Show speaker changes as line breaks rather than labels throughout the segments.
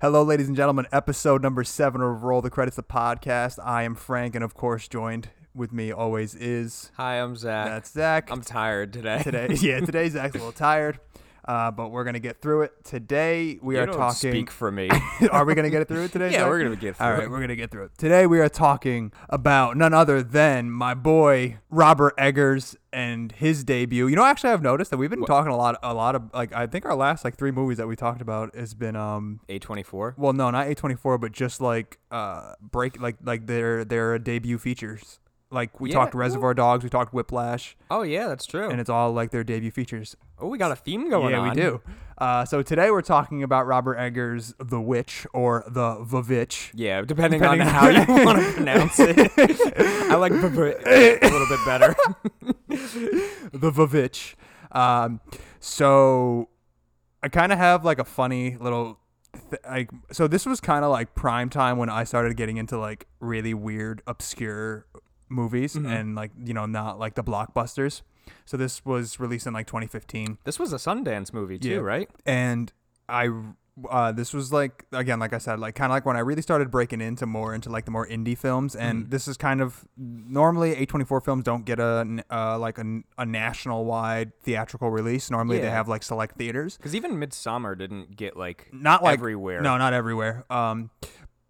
Hello, ladies and gentlemen. Episode number seven of Roll the Credits, the podcast. I am Frank, and of course, joined with me always is
Hi, I'm Zach.
that's Zach.
I'm tired today.
today, yeah, today Zach's a little tired, uh, but we're gonna get through it. Today we
you
are
don't
talking.
Speak for me.
are we gonna get it through it today?
Yeah,
Zach?
we're gonna get
All
through
right,
it.
we're gonna get through it today. We are talking about none other than my boy Robert Eggers and his debut. You know, actually, I've noticed that we've been talking a lot, a lot of like I think our last like three movies that we talked about has been um
A24.
well, no, not A twenty four, but just like uh break like like their their debut features. Like we
Yeah,
talked Reservoir Dogs, we talked Whiplash,
Oh yeah, that's true.
and it's all like their debut features.
oh, we got a theme going
yeah,
on.
we do. Uh, so today we're talking about Robert Eggers' The Witch or The Vavitch.
Yeah, depending, on
Depending-
how you want to pronounce it. I like b- b- a little bit better.
the Vavitch. Um, so I kind of have like a funny little th- like. So this was kind of like prime time when I started getting into like really weird, obscure movies and like you know not like the blockbusters. So this was released in like 2015,
This was a Sundance movie too,
Yeah.
right?
and I. Uh, this was like again, like I said, like kind of like when I really started breaking into more into like the more indie films, and
Mm.
this is kind of normally A twenty four films don't get a n- uh, like a, n- a national wide theatrical release. Normally they
Yeah.
have like select theaters,
Because even Midsummer didn't get like
not like
everywhere.
No, not everywhere. Um,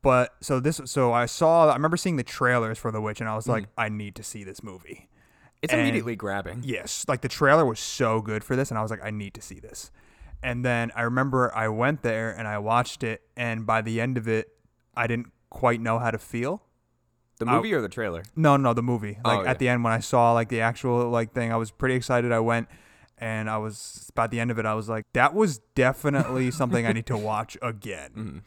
but so this, so I saw, I remember seeing the trailers for The Witch, and I
Mm.
was like, I need to see this movie.
it's
and-
immediately grabbing.
Yes, like the trailer was so good for this, and I was like, I need to see this. And then I remember I went there and I watched it, and by the end of it, I didn't quite know how to feel.
The movie or the trailer?
No, no, the movie. Like
yeah.
at the end when I saw like the actual like thing, I was pretty excited. I went and I was by the end of it, I was like, that was definitely something I need to watch again.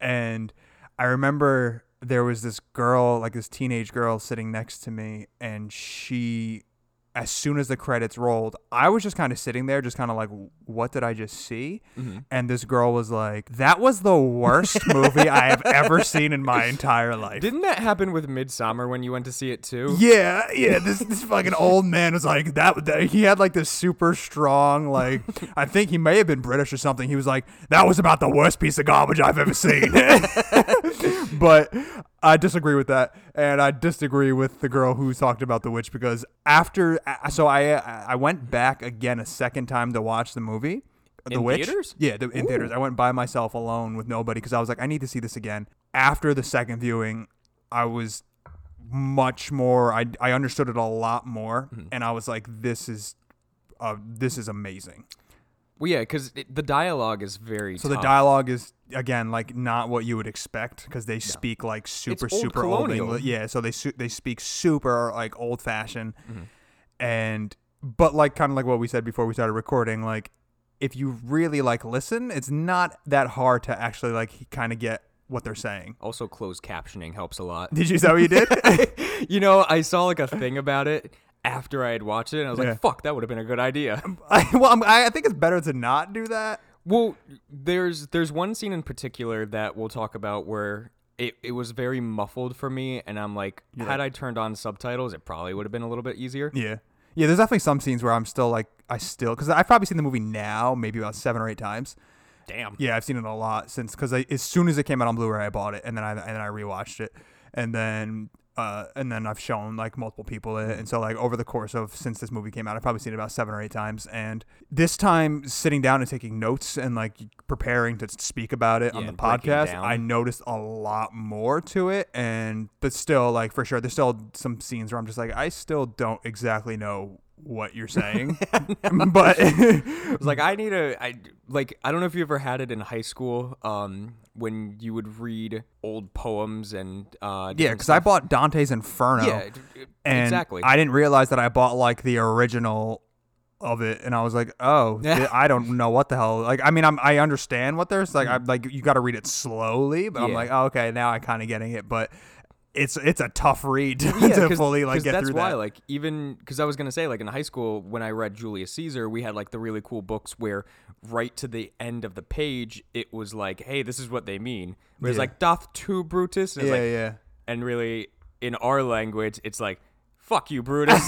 And I remember there was this girl, like this teenage girl sitting next to me, and she as soon as the credits rolled, I was just kind of sitting there, just kind of like, what did I just see? And this girl was like, that was the worst movie I have ever seen in my entire life.
Didn't that happen with Midsummer when you went to see it too?
Yeah, yeah. This this fucking old man was like that, that- He had like this super strong, like I think he may have been British or something. He was like, "That was about the worst piece of garbage I've ever seen." but I disagree with that, and I disagree with the girl who talked about the witch because after, I- so I uh, I went back again a second time to watch the movie. The
In
Witch?
theaters?
Yeah, the, in theaters. I went by myself alone with nobody because I was like, I need to see this again. After the second viewing, I was much more I, I understood it a lot more
Mm-hmm.
and I was like this is uh, this is amazing.
Well, yeah, because the dialogue is very.
So the
tough.
dialogue is again like not what you would expect because they speak like super
It's old
super
colonial.
old Engli- Yeah, so they su- they speak super like old fashioned
Mm-hmm.
and but like kind of like what we said before we started recording like if you really like listen it's not that hard to actually like kind of get what they're saying.
Also, closed captioning helps a lot.
Did you is that what you did?
you know, I saw like a thing about it after I had watched it, and I was
Yeah. Um,
like, "Fuck, that would have been a good idea."
I, well, I'm, I I think it's better to not do that.
well, there's there's one scene in particular that we'll talk about where it, it was very muffled for me, and I'm like, had I turned on subtitles, it probably would have been a little bit easier.
Yeah. Yeah, there's definitely some scenes where I'm still like, I still, because I've probably seen the movie now maybe about seven or eight times.
Damn.
Yeah, I've seen it a lot since, because as soon as it came out on Blu ray, I bought it and then I, and then I rewatched it. And then, uh, and then I've shown like multiple people it. And so, like, over the course of since this movie came out, I've probably seen it about seven or eight times. And this time, sitting down and taking notes and like preparing to speak about it on
Yeah,
the
and breaking
podcast,
down.
I noticed a lot more to it and but still like for sure there's still some scenes where i'm just like i still don't exactly know what you're saying but
It was like I need a I like I don't know if you ever had it in high school um when you would read old poems and uh
yeah
different
because i
stuff.
bought dante's inferno
yeah it- it-
and
exactly
i didn't realize that i bought like the original of it and i was like oh th- i don't know what the hell like i mean I'm, i understand what there's like i'm like you got to read it slowly but i'm
Mm-hmm. Yeah.
like oh, okay now i kind of getting it but it's it's a tough read to, fully like
'cause
get
that's
through
why,
that
Like even because I was gonna say like in high school when I read Julius Caesar, we had like the really cool books where right to the end of the page it was like, hey, this is what they mean. Where it's
Yeah.
like doth to Brutus, and, it's
yeah
like-
yeah
and really in our language it's like Fuck you, Brutus.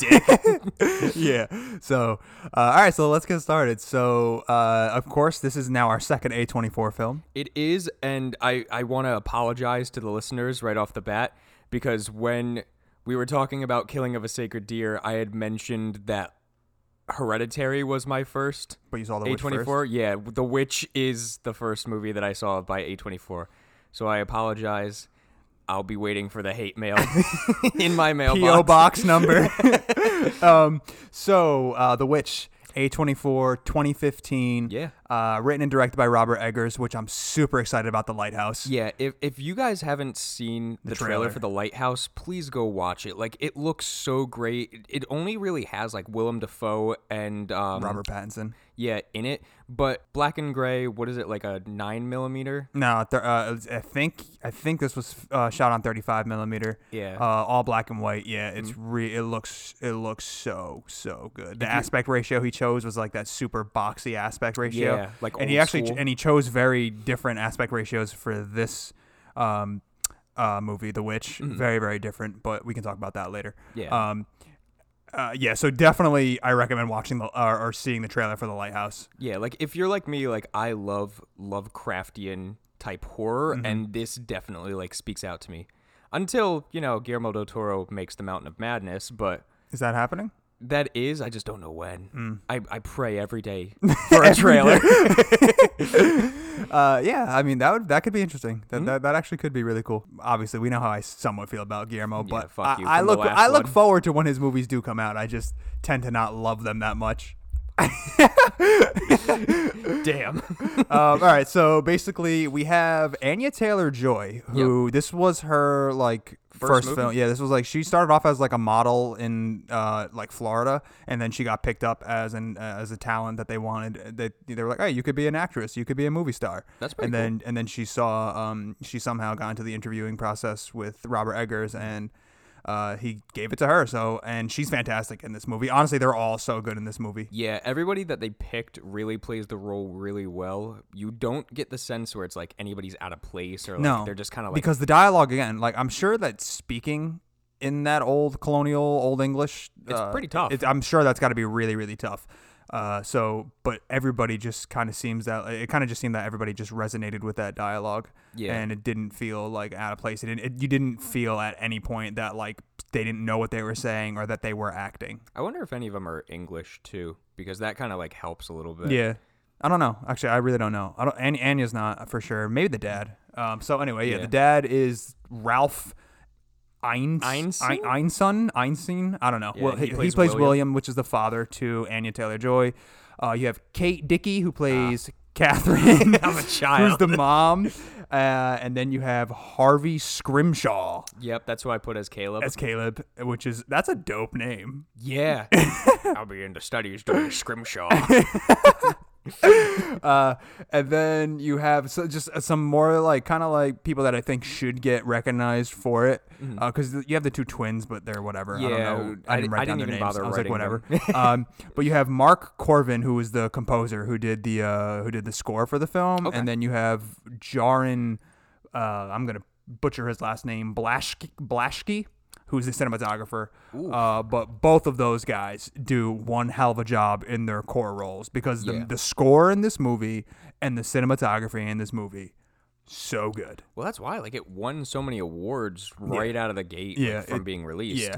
yeah. So, uh, all right. So let's get started. So, uh, of course, this is now our second A24 film.
It is, and I, I want to apologize to the listeners right off the bat because when we were talking about Killing of a Sacred Deer, I had mentioned that Hereditary was my first
But you saw the Witch
A24.
first.
Yeah, The Witch is the first movie that I saw by A24. So I apologize. I'll be waiting for the hate mail in my mailbox.
PO box number. um, so, uh, The Witch, A24, 2015.
Yeah.
Uh, written and directed by Robert Eggers, which I'm super excited about. The Lighthouse.
Yeah, if if you guys haven't seen the, trailer.
trailer.
for The Lighthouse, please go watch it. Like it looks so great. It- It only really has like Willem Dafoe and um,
Robert Pattinson.
yeah in it, but black and gray. What is it like a nine millimeter?
No, th- uh, I think I think this was uh, shot on 35 millimeter.
Yeah. Mm-hmm.
Uh, all black and white. Yeah, it's re- it looks it looks so so good. The aspect ratio he chose was like that super boxy aspect ratio.
Yeah, like
and he
old
actually ch-
school.
and he chose very different aspect ratios for this um uh movie, The Witch.
Mm-hmm.
Very very different, but we can talk about that later.
Yeah.
Um. Uh, yeah, so definitely, I recommend watching the or, or seeing the trailer for the Lighthouse.
Yeah, like if you're like me, like I love Lovecraftian type horror,
Mm-hmm.
and this definitely like speaks out to me. Until you know Guillermo del Toro makes The Mountain of Madness, but
Is that happening?
That is, I just don't know when.
Mm.
I, I pray every day for a trailer.
Uh, yeah, I mean that would that could be interesting. That,
Hmm?
that that actually could be really cool. Obviously, we know how I somewhat feel about Guillermo, but
fuck you
I, I
from the
look
last
I look
one.
forward to when his movies do come out. I just tend to not love them that much.
Damn.
um, all right, so basically we have Anya Taylor Joy, who this was her like first,
movie?
film. Yeah, this was like she started off as like a model in uh, like Florida, and then she got picked up as an uh, as a talent that they wanted. That they, were like, hey, you could be an actress, you could be a movie star.
That's pretty
and
cool.
then and then she saw um, she somehow got into the interviewing process with Robert Eggers and. Uh, he gave it to her, so and she's fantastic in this movie. Honestly, they're all so good in this movie.
Yeah, everybody that they picked really plays the role really well. You don't get the sense where it's like anybody's out of place or like
no,
they're just kind of like
because the dialogue again. Like I'm sure that speaking in that old colonial old English,
It's
uh,
pretty tough.
It, I'm sure that's got to be really really tough. Uh, so, but everybody just kind of seems that it kind of just seemed that everybody just resonated with that dialogue,
Yeah.
And it didn't feel like out of place. It didn't. It, you didn't feel at any point that like they didn't know what they were saying or that they were acting.
I wonder if any of them are English too because that kind of like helps a little bit.
Yeah. I don't know. Actually, I really don't know. I don't. An- Anya's not uh, for sure. Maybe the dad. Um. So anyway, yeah,
Yeah.
the dad is Ralph. Eins-
Einstein?
Ein- Einson? Einstein? I don't know.
Yeah,
well,
he
he, he
plays
plays,
William.
William. which is the father to Anya Taylor Joy. Uh, you have Kate Dickey, who plays Catherine.
Ah. I'm a
who's
child.
the mom. Uh, and then you have Harvey Scrimshaw
Yep, that's who I put as Caleb.
as Caleb, which is that's a dope name.
yeah. I'll be into studies doing Scrimshaw.
Uh, and then you have so just uh, some more like kind of like people that I think should get recognized for it because you have the two twins, but they're whatever. I don't
Mm-hmm. Yeah,
know.
I
I
di-
didn't write
I
down
didn't
their names.
even bother
I was like,
writing
whatever. um, but you have Mark Corvin, who is the composer who did the uh, who did the score for the film,
Okay.
and then you have Jaron. Uh, I'm gonna butcher his last name, Blashki. Blashki Who's the cinematographer? Uh, but both of those guys do one hell of a job in their core roles because the,
Yeah.
the score in this movie and the cinematography in this movie so good.
well, that's why like it won so many awards right out of the gate like,
Yeah,
from
it-
being released.
Yeah.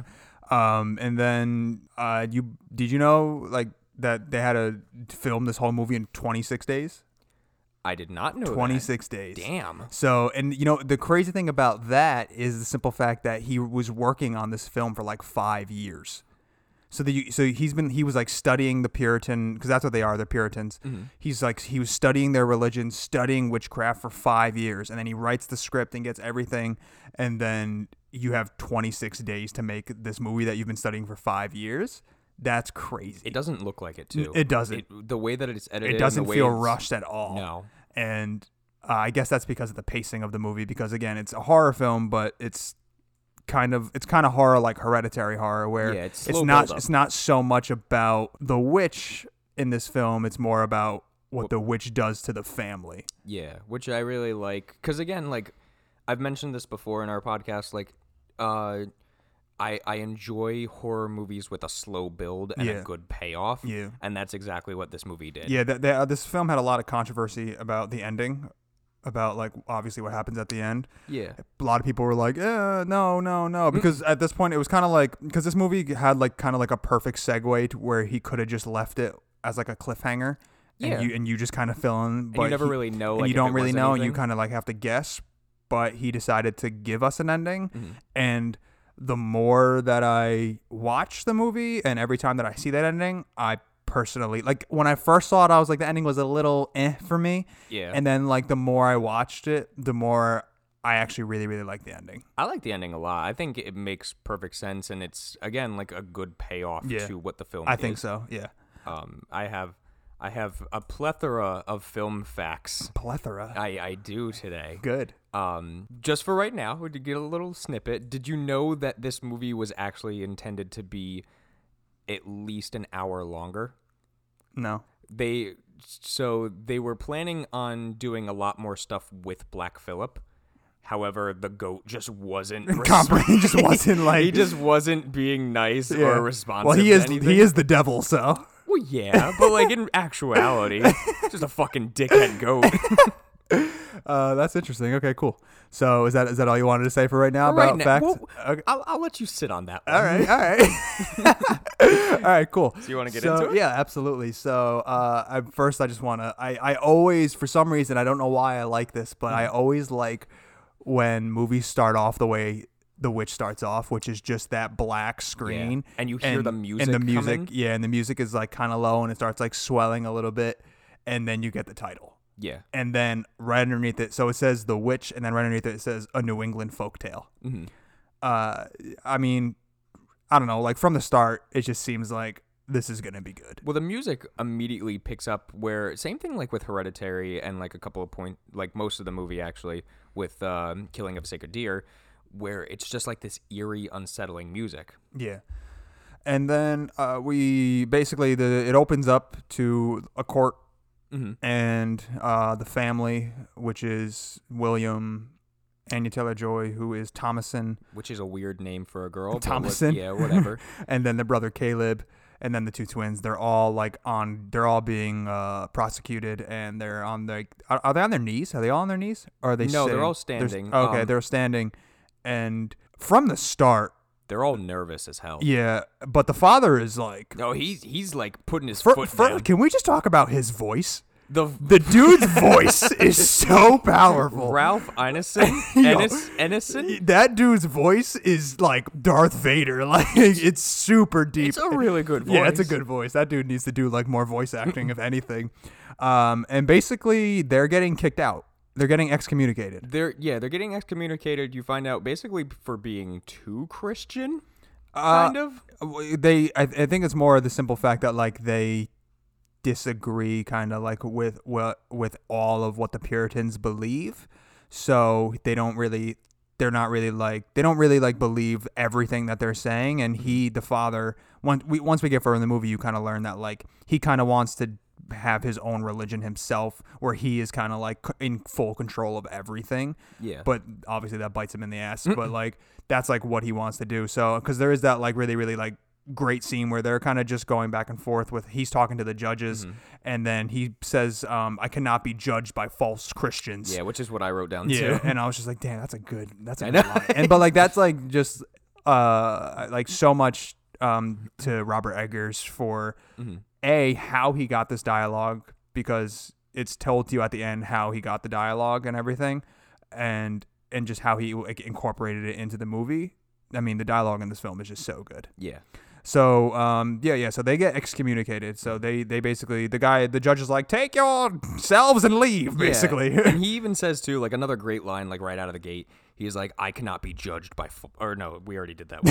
Um, and then uh, you did you know like that they had to film this whole movie in 26 days?
I did not know Oh, that.
26 days.
Damn.
So, and you know, the crazy thing about that is the simple fact that he was working on this film for like five years. So that you, so he's been he was like studying the Puritan because that's what they are they're Puritans.
Mm-hmm.
He's like he was studying their religion, studying witchcraft for five years, and then he writes the script and gets everything, and then you have 26 days to make this movie that you've been studying for five years. That's crazy.
It doesn't look like it too.
it doesn't.
It, the way that it's edited.
it
and
doesn't
the way
feel
it's-
rushed at all.
No.
and uh, I guess that's because of the pacing of the movie. Because again, it's a horror film, but it's kind of it's kind of horror like hereditary horror, where
Yeah, it's slow
not
buildup.
it's not so much about the witch in this film. It's more about what the witch does to the family.
Yeah, which I really like because again, like I've mentioned this before in our podcast, like uh I, I enjoy horror movies with a slow build and
Yeah.
a good payoff.
Yeah.
And that's exactly what this movie did.
Yeah, that, that, uh, this film had a lot of controversy about the ending, about like obviously what happens at the end.
Yeah.
A lot of people were like, eh, "No, no,
Mm.
no," because at this point it was kind of like because this movie had like kind of like a perfect segue to where he could have just left it as like a cliffhanger,
Yeah.
and you and you just kind of fill in, but
and you never
he-
really know.
and
like,
you
if
don't
it
really
was
know, and you
anything.
kind of like have to guess. But he decided to give us an ending,
Mm-hmm.
and the more that I watch the movie, and every time that I see that ending, I personally like when I first saw it, I was like the ending was a little eh for me,
Yeah.
and then like the more I watched it, the more I actually really really liked the ending.
I like the ending a lot. I think it makes perfect sense, and it's again like a good payoff
Yeah.
to what the film.
I think
is.
so. Yeah,
Um, I have, I have a plethora of film facts.
plethora.
I I do today.
Good.
Um, just for right now, to get a little snippet. Did you know that this movie was actually intended to be at least an hour longer?
No.
They so they were planning on doing a lot more stuff with Black Phillip. However, the goat just wasn't
Comprehend he just wasn't like
he just wasn't being nice
yeah.
or responsive.
Well, he
to
is
anything.
he is the devil, so
Well, yeah, but like in actuality, just a fucking dickhead goat.
uh, that's interesting. Okay, cool. So is that is that all you wanted to say for right now about
now-
facts?
well,
Okay.
I'll, I'll let you sit on that. One.
All right, all right, all right, cool. So
you wanna get into it?
Yeah, absolutely. So uh, I, first, I just want to. I I always, for some reason, I don't know why I like this, but
Mm.
I always like when movies start off the way The Witch starts off, which is just that black screen,
And you hear the music
and the music,
coming.
yeah, and the music is like kind of low, and it starts like swelling a little bit, and then you get the title.
Yeah.
And then right underneath it, so it says The Witch, and then right underneath it, it says A New England Folktale
Mm-hmm.
uh I mean, I don't know, like from the start it just seems like this is going to be good.
Well, the music immediately picks up where same thing like with Hereditary and like a couple of point like most of the movie actually with um, Killing of a Sacred Deer, where it's just like this eerie, unsettling music.
Yeah. And then uh we basically the it opens up to a court
Mm-hmm.
and uh the family which is William Anya Taylor-Joy who is Thomason
Which is a weird name for a girl. but what-
Thomason.
yeah, whatever.
and then the brother Caleb and then the two twins they're all like on they're all being uh prosecuted and they're on like are, are they on their knees are they all on their knees or are they
No, they're all
sitting? s-
standing.
okay
Um,
they're standing and from the start
They're all nervous as hell.
yeah but the father is like
No, he's he's like putting his
fir-
foot
fir-
down.
can we just talk about his voice
The,
the dude's voice is so powerful
Ralph Ineson,
Yo.
Ennis, Ennison.
that dude's voice is like Darth Vader like it's super deep
It's a really good voice.
Yeah, that's a good voice. That dude needs to do like more voice acting, if anything. Um, and basically, they're getting kicked out. They're getting excommunicated.
They're yeah, they're getting excommunicated. You find out basically for being too Christian,
Uh,
kind of.
w- They, I, I think it's more of the simple fact that like they disagree, kind of like with what with all of what the Puritans believe. So they don't really, they're not really like they don't really like believe everything that they're saying. And he, the father, once we once we get further in the movie, you kind of learn that like he kind of wants to have his own religion himself, where he is kind of like c- in full control of everything
Yeah,
but obviously that bites him in the ass but like that's like what he wants to do so because there is that like really really like great scene where they're kind of just going back and forth with he's talking to the judges
Mm-hmm.
and then he says um, i cannot be judged by false christians
yeah, which is what I wrote down
yeah
too.
and i was just like damn that's a good that's a
I
good
know.
line and but like that's like just uh like so much um to robert eggers for
Mhm.
a how he got this dialogue because it's told to you at the end how he got the dialogue and everything and and just how he like, incorporated it into the movie i mean the dialogue in this film is just so good
Yeah,
so um yeah yeah so they get excommunicated so they they basically the guy the judge is like take yourselves and leave basically
Yeah. and he even says too, like another great line, like right out of the gate. He's like, I cannot be judged by, f-, or no, we already did that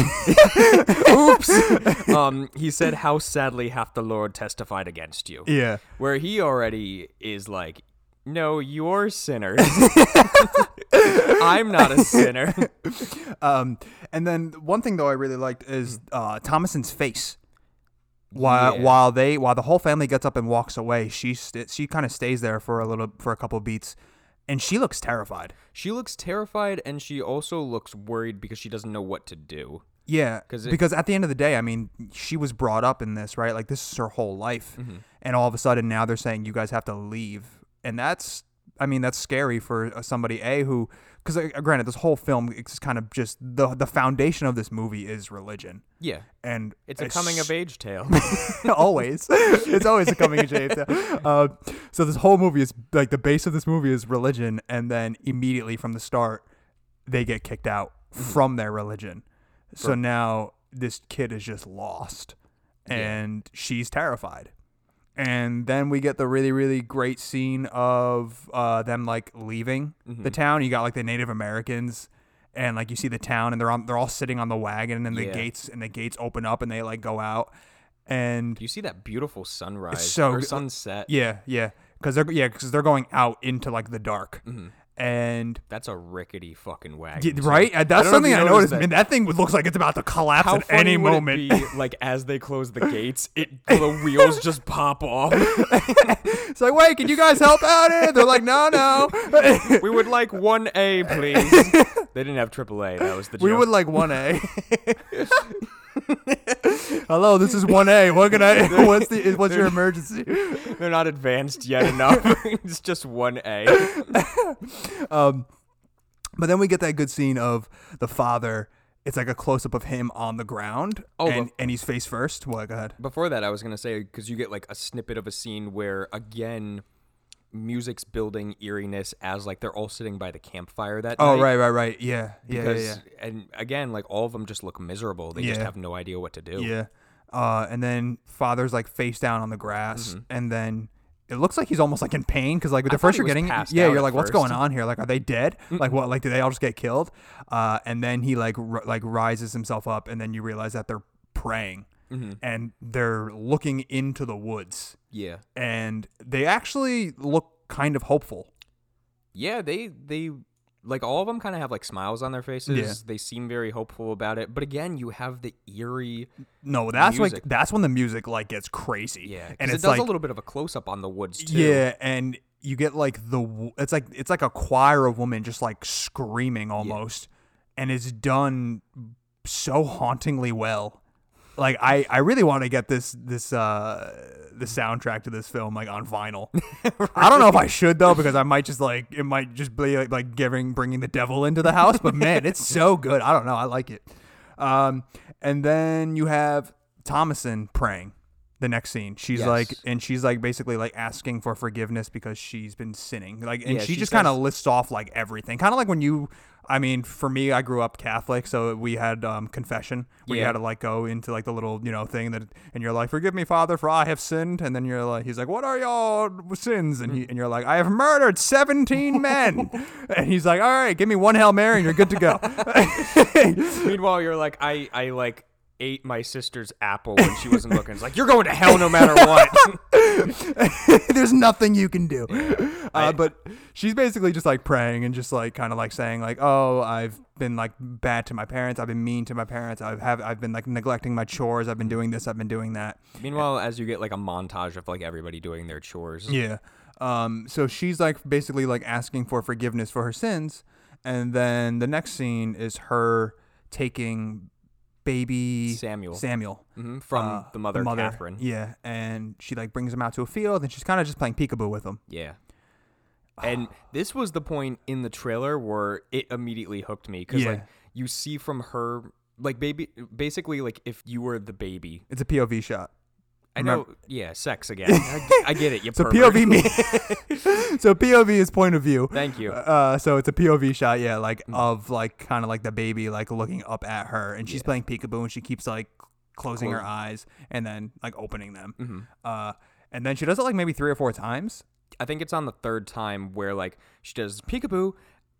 one. Oops. um, he said, "How sadly hath the Lord testified against you."
yeah.
Where he already is like, "No, you're sinners. I'm not a sinner."
Um, and then one thing though I really liked is uh, Thomason's face. While
Hmm. Yeah.
while they while the whole family gets up and walks away, she st- she kind of stays there for a little for a couple beats, and she looks terrified.
She looks terrified and she also looks worried because she doesn't know what to do.
Yeah,
'Cause it-
because at the end of the day, I mean, she was brought up in this, right? Like this is her whole life,
Mm-hmm.
and all of a sudden now they're saying you guys have to leave, and that's, I mean, that's scary for uh, somebody a who, because uh, granted, this whole film it's kind of just the the foundation of this movie is religion,
Yeah.
and
It's a coming of age tale.
always. It's always a coming of age. Uh, so this whole movie is like the base of this movie is religion, and then immediately from the start, they get kicked out from their religion. So now this kid is just lost, and she's terrified. And then we get the really, really great scene of uh, them like leaving the town. You got like the Native Americans, and like you see the town, and they're on, they're all sitting on the wagon, and the
Yeah.
gates, and the gates open up, and they like go out, and
you see that beautiful sunrise
so
or
good.
sunset.
yeah, yeah, because they're yeah, because they're going out into like the dark,
Mm-hmm.
and
That's a rickety fucking
Yeah,
wagon. too.
right, Uh,
don't
that's
know if
something
you
I
noticed
noticed.
that.
Man, that thing looks like it's about to collapse
How
at
funny
any
would it
moment.
be, like as they close the gates, it the wheels just pop off.
It's like, wait, can you guys help out? Here? They're like, no, no.
We would like one A, please. they didn't have AAA. That was the joke.
We would like one A. Hello, this is one A. What can I? What's the? What's your emergency?
They're not advanced yet enough. it's just one A.
But then we get that good scene of the father. It's like a close up of him on the ground,
Oh,
and,
the-
and he's face first. What? Go ahead.
Before that, I was gonna say because you get like a snippet of a scene where again, music's building eeriness as like they're all sitting by the campfire that
Oh,
night.
right, right, right. Yeah, yeah, yeah,
Because,
yeah.
and again, like all of them just look miserable. They just
Yeah.
have no idea what to do.
Yeah. Uh, and then father's like face down on the grass, and then it looks like he's almost like in pain because like the
Mm-hmm. thought
first
he
you're
was
getting,
passed
yeah,
out
you're
at
like, what's
first.
going on here? Like, are they dead? Like, what? Like, did they all just get killed? Uh, and then he like r- like rises himself up, and then you realize that they're praying,
Mm-hmm.
and they're looking into the woods,
Yeah.
and they actually look kind of hopeful.
Yeah, they they like all of them kind of have like smiles on their faces. They seem very hopeful about it. But again, you have the eerie
No, that's like
Music.
that's when the music like gets crazy.
yeah, 'cause
and
it
it's
does
like
a little bit of a close up on the woods too.
Yeah, and you get like the w- it's like it's like a choir of women just like screaming almost, and it's done so hauntingly well. Like I, I really want to get this this uh the soundtrack to this film like on vinyl. I don't know if I should though because I might just like it might just be like, like giving bringing the devil into the house. But man, it's so good. I don't know. I like it. Um, and then you have Thomason praying. The next scene, she's
Yes.
like, and she's like basically like asking for forgiveness because she's been sinning. Like, and
Yeah,
she,
she
just
says-
kind of lists off like everything, kind of like when you. I mean, for me, I grew up Catholic, so we had um, confession where you
Yeah.
had to like go into like the little you know thing that, and you're like, "Forgive me, Father, for I have sinned." And then you're like, "He's like, what are y'all sins?" And he, and you're like, "I have murdered seventeen men." and he's like, "All right, give me one Hail Mary, and you're good to go."
Meanwhile, you're like I I like ate my sister's apple when she wasn't looking. It's like you're going to hell no matter what.
There's nothing you can do.
I-
Uh, but she's basically just like praying and just like kind of like saying like, "Oh, I've been like bad to my parents. I've been mean to my parents. I've have I've been like neglecting my chores. I've been doing this. I've been doing that."
Meanwhile, as you get like a montage of like everybody doing their chores.
Yeah. Um, so she's like basically like asking for forgiveness for her sins, and then the next scene is her taking baby
Samuel.
Samuel
Mhm, from
uh,
the mother, Catherine.
Yeah, and she like brings him out to a field, and she's kind of just playing peekaboo with him.
Yeah.
Ah.
And this was the point in the trailer where it immediately hooked me because
Yeah.
like you see from her like baby basically like if you were the baby
It's a POV shot.
I know
Remember-
yeah sex again I, g- I get it you
So
pervert.
POV me. so POV is point of view.
Thank you. Mm.
Uh, so it's a POV shot, yeah, like of like kind of like the baby like looking up at her, and she's playing peekaboo, and she keeps like closing her
Close-
eyes and then like opening them.
Mm-hmm.
Uh, and then she does it like maybe three or four times.
I think it's on the third time where like she does peekaboo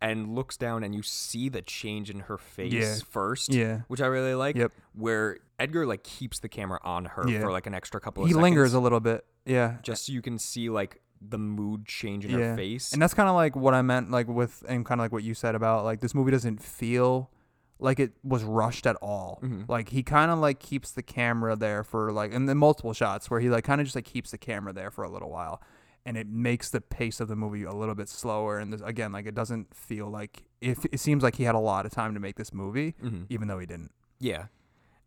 and looks down and you see the change in her face
Yeah.
first
Yeah.
which I really like
Yep.
where Edgar like keeps the camera on her
Yeah.
for like an extra couple of
He
seconds
lingers a little bit, yeah,
just so you can see like the mood change in her face
And that's kind of like what I meant, like with and kind of like what you said about like this movie doesn't feel like it was rushed at all. Like he kind of like keeps the camera there for like and the multiple shots where he like kind of just like keeps the camera there for a little while, and it makes the pace of the movie a little bit slower. And this, Mm-hmm. again, like it doesn't feel like if it seems like he had a lot of time to make this movie, even though he didn't.
Yeah.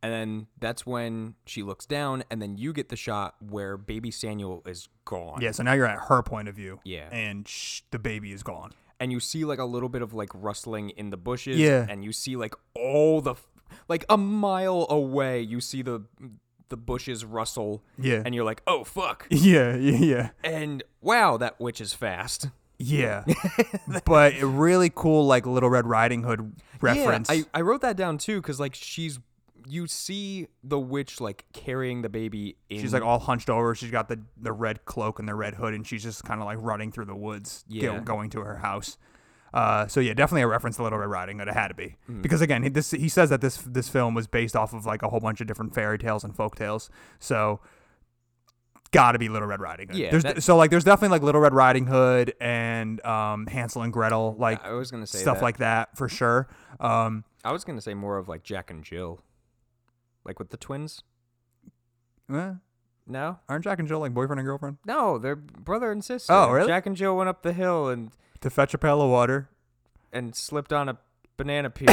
And then that's when she looks down, and then you get the shot where baby Samuel is gone.
Yeah, so now you're at her point of view.
Yeah.
And sh- the baby is gone.
And you see like a little bit of like rustling in the bushes.
Yeah.
And you see like all the, f- like a mile away, you see the the bushes rustle.
Yeah.
And you're like, oh fuck.
Yeah, yeah, yeah.
And wow, that witch is fast.
Yeah. but a really cool like little Red Riding Hood reference.
Yeah, I, I wrote that down too because like she's you see the witch like carrying the baby in
she's like all hunched over. She's got the, the red cloak and the red hood, and she's just kind of like running through the woods, go-
Yeah.
going to her house. Uh, so yeah, definitely a reference to Little Red Riding Hood. It had to be
Mm.
because again, he, this he says that this this film was based off of like a whole bunch of different fairy tales and folk tales. So got to be Little Red Riding Hood.
Yeah,
There's,
that-
so like there's definitely like Little Red Riding Hood and um, Hansel and Gretel, like
I was gonna say
stuff
that.
like that for sure. Um,
I was gonna say more of like Jack and Jill, like with the twins.
eh,
No,
aren't Jack and Jill like boyfriend and girlfriend?
no, they're brother and sister.
Oh, really?
Jack and Jill went up the hill and
To fetch a pail of water.
and slipped on a banana peel.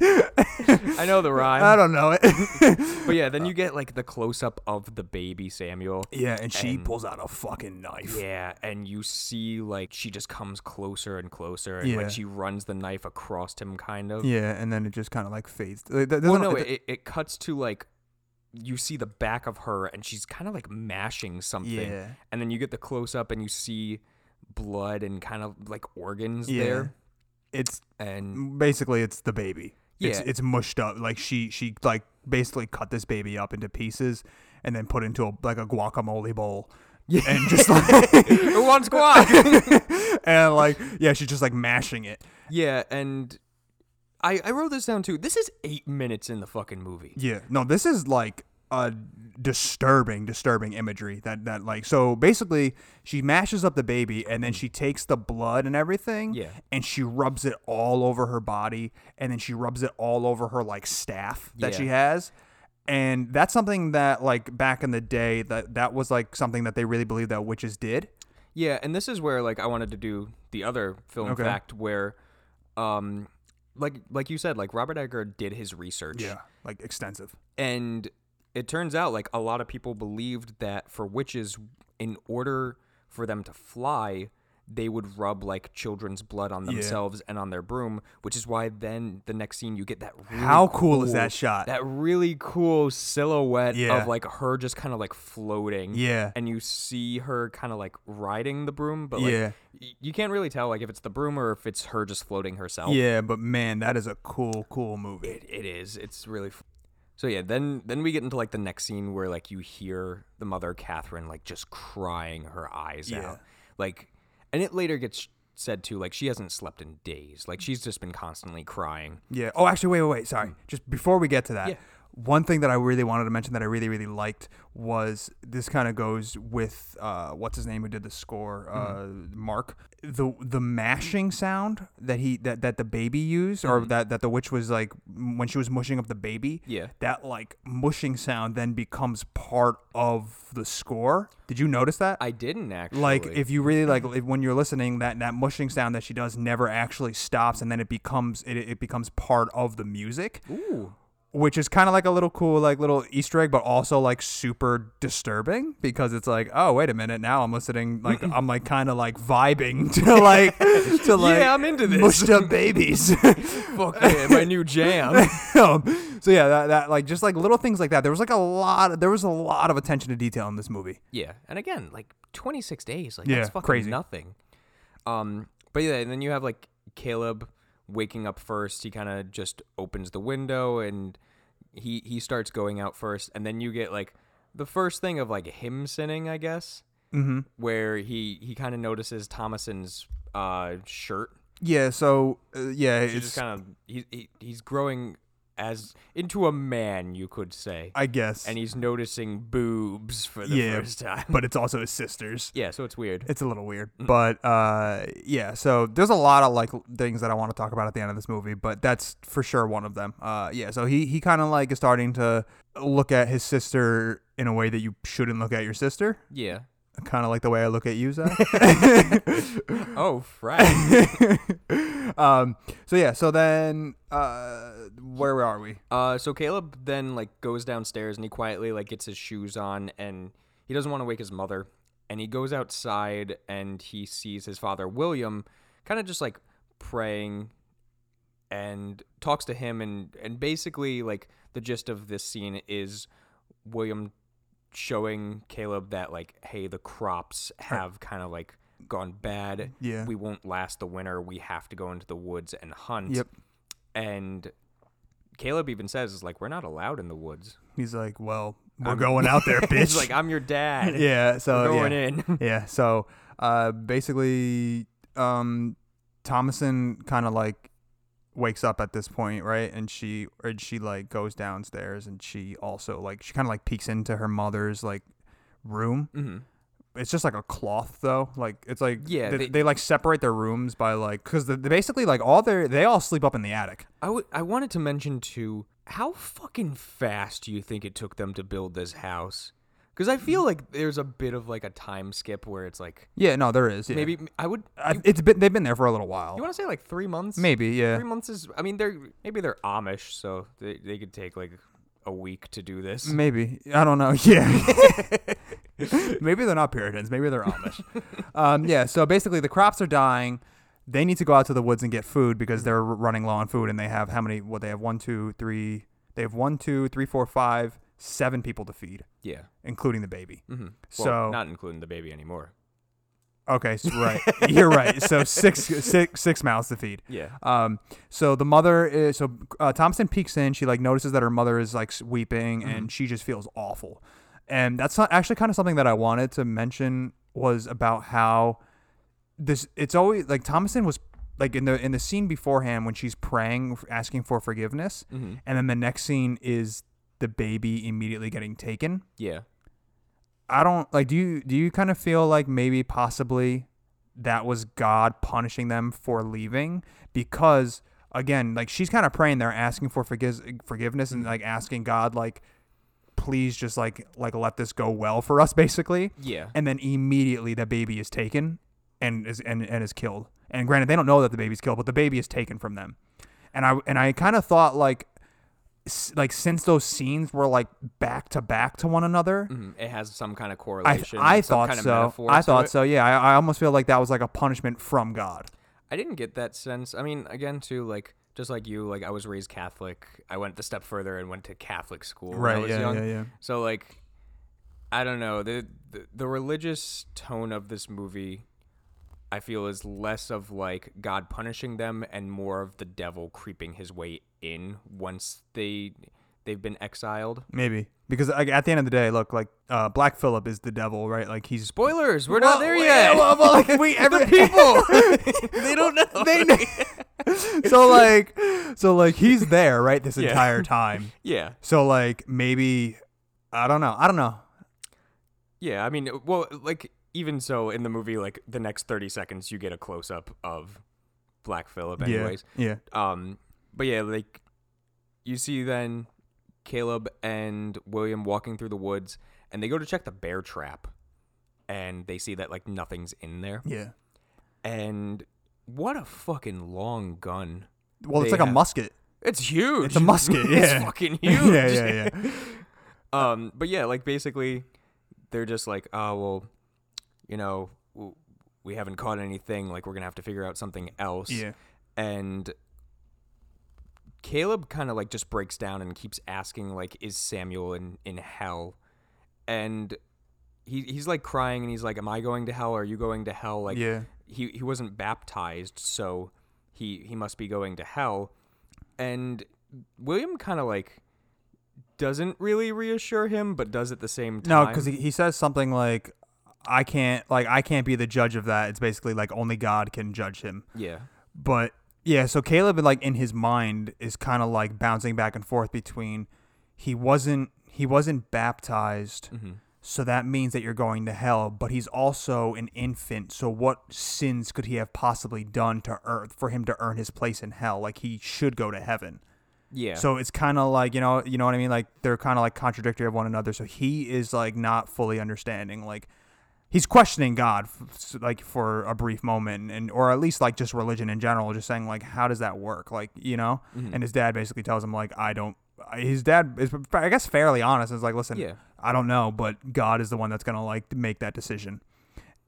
I know the rhyme.
I don't know it.
but yeah, then you get like the close up of the baby Samuel.
Yeah, and she
And-
pulls out a fucking knife.
Yeah, and you see like she just comes closer and closer, and
Yeah.
like she runs the knife across him, kind of.
Yeah, and then it just kind of like fades. Like, that
Well,
doesn't-
no,
it-
it, it cuts to like you see the back of her, and she's kind of like mashing something,
Yeah.
and then you get the close up, and you see blood and kind of like organs
Yeah.
there,
it's
and
basically it's the baby. It's,
Yeah.
it's mushed up. Like she she like basically cut this baby up into pieces and then put into a like a guacamole bowl. Yeah. And just like
Who wants guac?
and like yeah, she's just like mashing it.
yeah, and I I wrote this down too. This is eight minutes in the fucking movie.
Yeah. No, this is like a disturbing, disturbing imagery that that like so basically she mashes up the baby and then she takes the blood and everything
Yeah.
and she rubs it all over her body and then she rubs it all over her like staff that
Yeah.
she has. And that's something that like back in the day that that was like something that they really believed that witches did.
Yeah, and this is where like I wanted to do the other film
Okay.
fact where um like like you said, like Robert Edgar did his research.
Like extensive.
And it turns out like a lot of people believed that for witches in order for them to fly, they would rub like children's blood on themselves and on their broom, which is why then the next scene you get that really
How cool is that shot?
That really cool silhouette
Yeah.
of like her just kind of like floating
Yeah.
and you see her kind of like riding the broom, but like,
Yeah.
y- you can't really tell like if it's the broom or if it's her just floating herself.
Yeah, but man, that is a cool, cool movie.
It, it is. It's really. F- so yeah, then then we get into like the next scene where like you hear the mother Catherine like just crying her eyes
Yeah.
out, like, and it later gets said too like she hasn't slept in days, like she's just been constantly crying.
Yeah. Oh, actually, wait, wait, wait. Sorry. Just before we get to that,
Mm. Yeah.
one thing that I really wanted to mention that I really, really liked was this kind of goes with uh, what's his name who did the score, uh,
Mm-hmm.
Mark. The the mashing sound that he that, that the baby used, or that that the witch was like m- when she was mushing up the baby.
Mm-hmm. Yeah.
That like mushing sound then becomes part of the score. Did you notice that?
I didn't actually
like if you really like if, when you're listening that that mushing sound that she does never actually stops and then it becomes it, it becomes part of the music
Ooh.
which is kind of like a little cool like little easter egg but also like super disturbing because it's like oh wait a minute now i'm listening like i'm like kind of like vibing to like to like
I'm into this.
mushed up babies
fuck yeah, my new jam.
Um, so yeah that, that like just like little things like that there was like a lot there was a lot of attention to detail in this movie
Yeah, and again, like 26 days, like
Yeah,
that's fucking
crazy.
nothing. Um, but yeah, and then you have like Caleb waking up first. He kind of just opens the window and he he starts going out first, and then you get like the first thing of like him sinning, I guess,
mm-hmm
where he he kind of notices Thomason's uh shirt.
yeah so uh, yeah
He's
it's
just kind of he, he he's growing as into a man, you could say,
i guess
and he's noticing boobs for the
Yeah,
first time.
but it's also his sisters.
yeah, so it's weird.
It's a little weird,
Mm.
but uh, yeah. So there's a lot of like l- things that I want to talk about at the end of this movie, but that's for sure one of them. Uh, yeah. So he he kind of like is starting to look at his sister in a way that you shouldn't look at your sister,
yeah.
kind of like the way I look at you, Zach.
Oh, Frank.
um, so yeah, so then uh, where are we?
uh, so Caleb then like goes downstairs and he quietly like gets his shoes on and he doesn't want to wake his mother and he goes outside and he sees his father William kind of just like praying and talks to him and and basically like the gist of this scene is William showing Caleb that like hey the crops have kind of like gone bad
Yeah.
we won't last the winter we have to go into the woods and hunt
Yep.
and Caleb even says is like we're not allowed in the woods
He's like, well, we're going out there, bitch.
it's like I'm your dad
yeah, so
we're going
yeah.
in
yeah. So uh, basically, um, Thomason kind of like wakes up at this point, right? And she and she like goes downstairs, and she also like she kind of like peeks into her mother's like room.
hmm
It's just like a cloth though. Like it's like
Yeah,
they,
they-
they, like separate their rooms by like because they basically like all their they all sleep up in the attic.
I, w- I wanted to mention too how fucking fast do you think it took them to build this house because I feel like there's a bit of like a time skip where it's like
Yeah, no, there is yeah.
maybe I would
I, it's been they've been there for a little while.
you want to say like three months
Maybe yeah.
three months is I mean they're maybe they're Amish so they they could take like a week to do this
Maybe I don't know. Yeah. Maybe they're not Puritans. Maybe they're Amish. um, yeah. So basically, the crops are dying. They need to go out to the woods and get food because they're running low on food, and they have how many? What they have one, two, three. They have one, two, three, four, five, seven people to feed,
yeah
including the baby.
mm-hmm.
So-
not including the baby anymore
Okay, so, right. You're right. So six, six, six mouths to feed.
yeah
Um, so the mother is so uh, Thompson peeks in. She like notices that her mother is like s- weeping, and she just feels awful. And that's not actually kind of something that I wanted to mention was about how this. It's always like Thomason was like in the in the scene beforehand when she's praying, f- asking for forgiveness,
Mm-hmm.
and then the next scene is the baby immediately getting taken.
yeah
I don't like. Do you do you kind of feel like maybe possibly that was God punishing them for leaving? Because again, like she's kind of praying there, asking for forgiz- forgiveness and like asking God, like please just like like let this go well for us, basically.
yeah
And then immediately the baby is taken and is and, and is killed. And granted, they don't know that the baby's killed, but the baby is taken from them. And I and I kind of thought like s- like since those scenes were like back to back to one another.
Mhm. It has some kind of
I,
correlation.
I
some
thought
kind of
so.
metaphor
I
to
thought
it.
so. Yeah, I, I almost feel like that was like a punishment from God.
I didn't get that sense. I mean, again, too, like just like you, like I was raised Catholic. I went the step further and went to Catholic school when I
Right,
was
yeah,
young.
yeah, yeah.
So like, I don't know the, the the religious tone of this movie. I feel is less of like God punishing them and more of the devil creeping his way in once they they've been exiled.
Maybe because like, at the end of the day, look, like uh, Black Phillip is the devil, right? Like he's
Spoilers, we're
Well,
not there
we-
yet.
well, well, like, we every
people they don't know.
they so like so like he's there right this
Yeah.
entire time.
yeah.
So like maybe I don't know. I don't know.
Yeah, I mean, uh, well, like even so, in the movie, like the next thirty seconds, you get a close up of Black Phillip, anyways.
Yeah, yeah.
Um, but yeah, like you see then Caleb and William walking through the woods, and they go to check the bear trap, and they see that like nothing's in there,
Yeah.
and what a fucking long gun!
Well, it's
They
like a
have-
musket.
It's huge.
It's a musket. Yeah.
it's fucking huge.
yeah, yeah, yeah.
Um, but yeah, like basically, they're just like, oh well, you know, w- we haven't caught anything. Like we're gonna have to figure out something else.
yeah.
And Caleb kind of like just breaks down and keeps asking like, is Samuel in in hell? And he he's like crying and he's like, am I going to hell? Are you going to hell? Like
Yeah.
he he wasn't baptized, so he he must be going to hell. And William kind of like doesn't really reassure him, but does at the same
No,
time.
because he, he says something like, "I can't, like, I can't be the judge of that." It's basically like only God can judge him.
yeah,
But yeah, so Caleb, like in his mind, is kind of like bouncing back and forth between he wasn't he wasn't baptized,
Mm. Mm-hmm.
so that means that you're going to hell. But he's also an infant, so what sins could he have possibly done to earth for him to earn his place in hell? Like he should go to heaven.
yeah.
So it's kind of like you know, you know what I mean. Like they're kind of like contradictory of one another. So he is like not fully understanding. Like he's questioning God, f- like for a brief moment, and or at least like just religion in general, just saying like, how does that work, like you know?
Mm-hmm.
And his dad basically tells him like, I don't. His dad is, I guess, fairly honest. Is like, listen,
Yeah.
I don't know, but God is the one that's gonna like make that decision.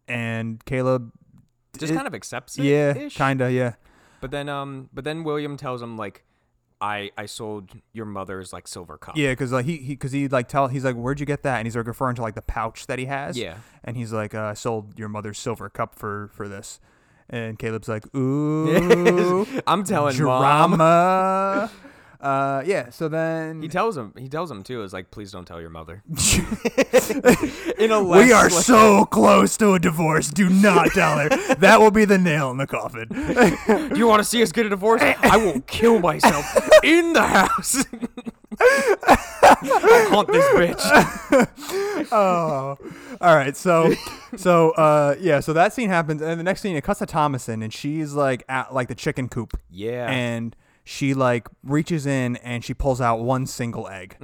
And Caleb,
Just
it-
kind of accepts it.
yeah, kinda, yeah,
But then, um, but then William tells him like, I I sold your mother's like silver cup.
yeah, because like he, he, because he like tell, he's like, where'd you get that? And he's like referring to like the pouch that he has.
Yeah.
and he's like, uh, I sold your mother's silver cup for for this. And Caleb's like, ooh,
I'm telling mom.
drama. uh, yeah. So then
He tells him. He tells him too. Is like, please don't tell your mother. In a less,
we are
like-
so close to a divorce. Do not tell her. that will be the nail in the coffin.
Do you want to see us get a divorce? I will kill myself in the house. I'll haunt this bitch.
oh, all right. So, so uh, yeah. So that scene happens, and the next scene it cuts to Thomason, and she's like at like the chicken coop,
Yeah.
and she like reaches in and she pulls out one single egg,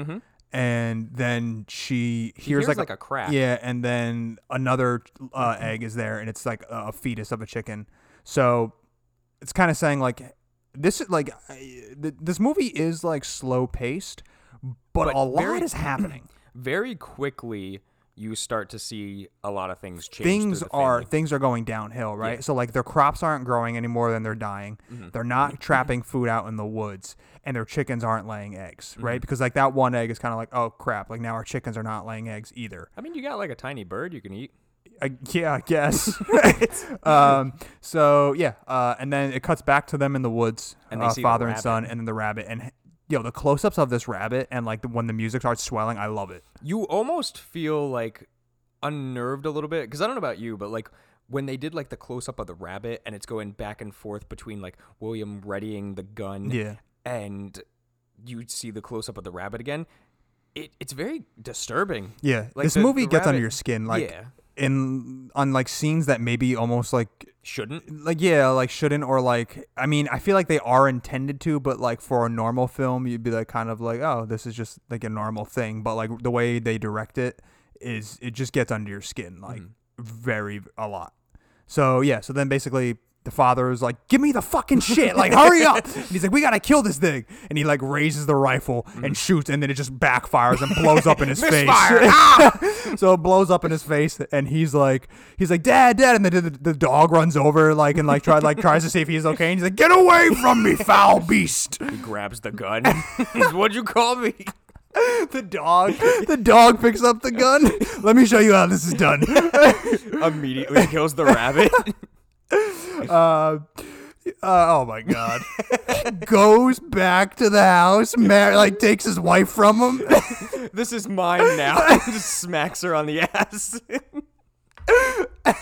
and then she hears,
hears,
like,
Mm-hmm. like, a crack.
Yeah, and then another uh, egg is there, and it's like a fetus of a chicken. So it's kind of saying like this is like I- th- this movie is like slow paced, but,
But
a lot
very-
is happening.
Very quickly, you start to see a lot of things change. through
things
the
are
family.
things are going downhill, right? So like their crops aren't growing anymore than they're dying.
Mm-hmm.
They're not trapping food out in the woods and their chickens aren't laying eggs,
Mm-hmm.
right? Because like that one egg is kind of like, oh crap, like now our chickens are not laying eggs either.
I mean, you got like a tiny bird you can eat.
I, yeah, I guess. um, so yeah, uh, and then it cuts back to them in the woods,
And they
uh,
see the
father and
rabbit.
son, and then the rabbit. And yo, the close-ups of this rabbit, and like the, when the music starts swelling, I love it.
you almost feel like unnerved a little bit because I don't know about you, but like when they did like the close up of the rabbit and it's going back and forth between like William readying the gun
Yeah.
and you see the close up of the rabbit again. It, it's very disturbing.
Yeah,
Like,
this
the-
movie
the
gets under
rabbit-
your skin, like
yeah,
in on like scenes that maybe almost like
shouldn't.
like yeah like shouldn't or like i mean i feel like they are intended to but like for a normal film you'd be like kind of like oh this is just like a normal thing but like the way they direct it is it just gets under your skin like very a lot so yeah so then basically the father is like give me the fucking shit like hurry up and he's like we gotta kill this thing and he like raises the rifle and shoots and then it just backfires and blows up in his face
Misfire.
ah! so it blows up in his face, and he's like, he's like, Dad, Dad, and then the, the dog runs over, like, and like try, like tries to see if he's okay, and he's like, Get away from me, foul beast!
He grabs the gun. Is What'd you call me?
The dog, the dog picks up the gun. Let me show you how this is done.
Immediately kills the rabbit.
Uh, uh, oh my god! Goes back to the house, mar- like takes his wife from him.
this is mine now. Just smacks her on the ass.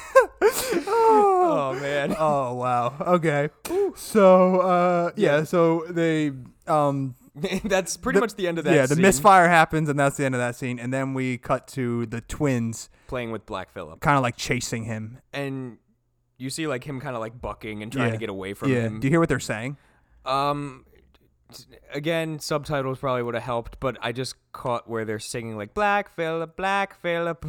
oh man.
oh wow. Okay. So uh, yeah. So they um
that's pretty much the end of that.
yeah, the
scene,
misfire happens, and that's the end of that scene. And then we cut to the twins
playing with Black Phillip,
kind of like chasing him.
and you see like him kind of like bucking and trying
Yeah.
to get away from
yeah.
him.
Do you hear what they're saying?
Um, again, subtitles probably would have helped, but I just caught where they're singing like Black Phillip, Black Phillip,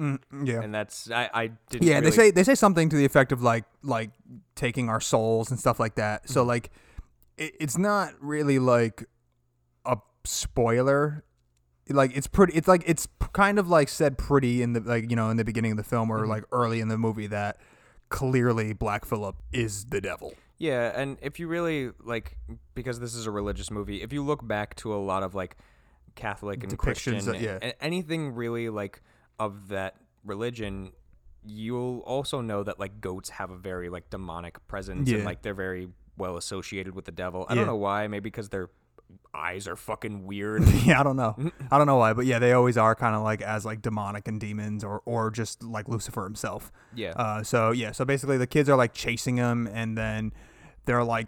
Mm, Yeah.
and that's I I didn't.
yeah, they
really-
say they say something to the effect of like like taking our souls and stuff like that.
Mm-hmm.
So like it, it's not really like a spoiler. Like it's pretty it's like it's p- kind of like said pretty in the like you know in the beginning of the film
Mm-hmm.
or like early in the movie that clearly Black Phillip is the devil.
Yeah, and if you really like, because this is a religious movie, if you look back to a lot of like Catholic and Christian,
Depictions, uh, yeah.
and anything really like of that religion, you'll also know that like goats have a very like demonic presence
Yeah.
and like they're very well associated with the devil. I
Yeah.
don't know why. Maybe because their eyes are fucking weird.
Yeah, I don't know.
Mm-hmm.
I don't know why, but yeah, they always are kind of like as like demonic and demons, or or just like Lucifer himself.
Yeah.
Uh, so yeah, so basically the kids are like chasing him, and then they're like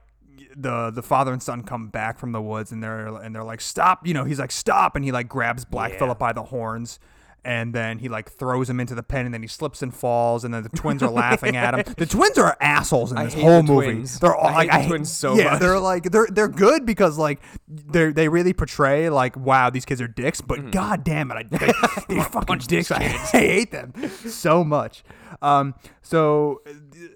the the father and son come back from the woods, and they're and they're like stop, you know, he's like stop, and he like grabs Black
Yeah.
Phillip by the horns, and then he like throws him into the pen and then he slips and falls and then the twins are laughing at him. The twins are assholes in
I
this
hate
whole
the
movie.
twins.
They're all
I hate
like
the
I hate-
twins so
yeah,
much.
they're like they're they're good because like they they really portray like wow these kids are dicks, but
Mm-hmm.
god damn it, I they, they're fucking dicks. I, I hate them so much. Um, so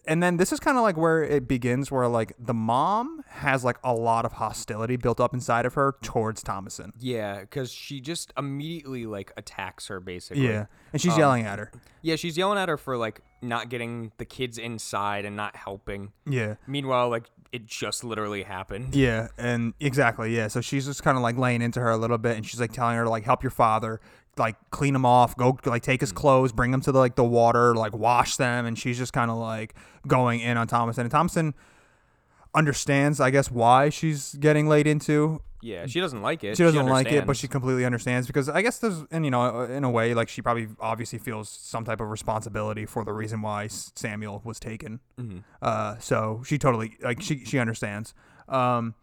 and then this is kind of like where it begins, where like the mom has like a lot of hostility built up inside of her towards Thomason.
Yeah, because she just immediately like attacks her basically.
Yeah, and
Um,
she's yelling at her.
Yeah, she's yelling at her for like not getting the kids inside and not helping.
Yeah.
Meanwhile, like it just literally happened.
Mm. Yeah, and exactly, yeah. So she's just kind of like laying into her a little bit, and she's like telling her to like help your father, like clean him off, go like take his clothes, bring them to the, like the water, like wash them, and she's just kind of like going in on Thomason. And Thomason understands, I guess, why she's getting laid into.
Yeah, she doesn't like it.
She doesn't like it, but
understands.
she completely understands because I guess there's, and you know, in a way, like she probably obviously feels some type of responsibility for the reason why S- Samuel was taken.
Mm-hmm.
Uh, so she totally like she she understands. Um,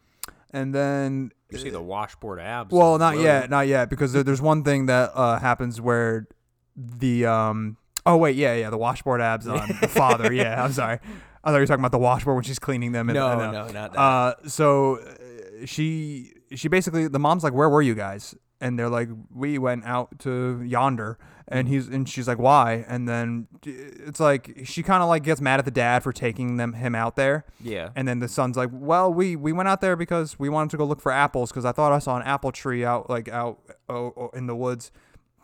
and then
you see the washboard abs.
Uh, well, not
Whoa.
yet, not yet, because there, there's one thing that uh, happens where the um. Oh wait, yeah, yeah, the washboard abs on the father. Yeah, I'm sorry. I thought you were talking about the washboard when she's cleaning them. And,
No,
and, uh,
no, not that.
Uh, so uh, she she basically the mom's like, "Where were you guys?" And they're like, "We went out to yonder." And
Mm-hmm.
he's and she's like, "Why?" And then uh, it's like she kind of like gets mad at the dad for taking them him out there.
Yeah.
And then the son's like, "Well, we we went out there because we wanted to go look for apples because I thought I saw an apple tree out like out oh, oh, in the woods,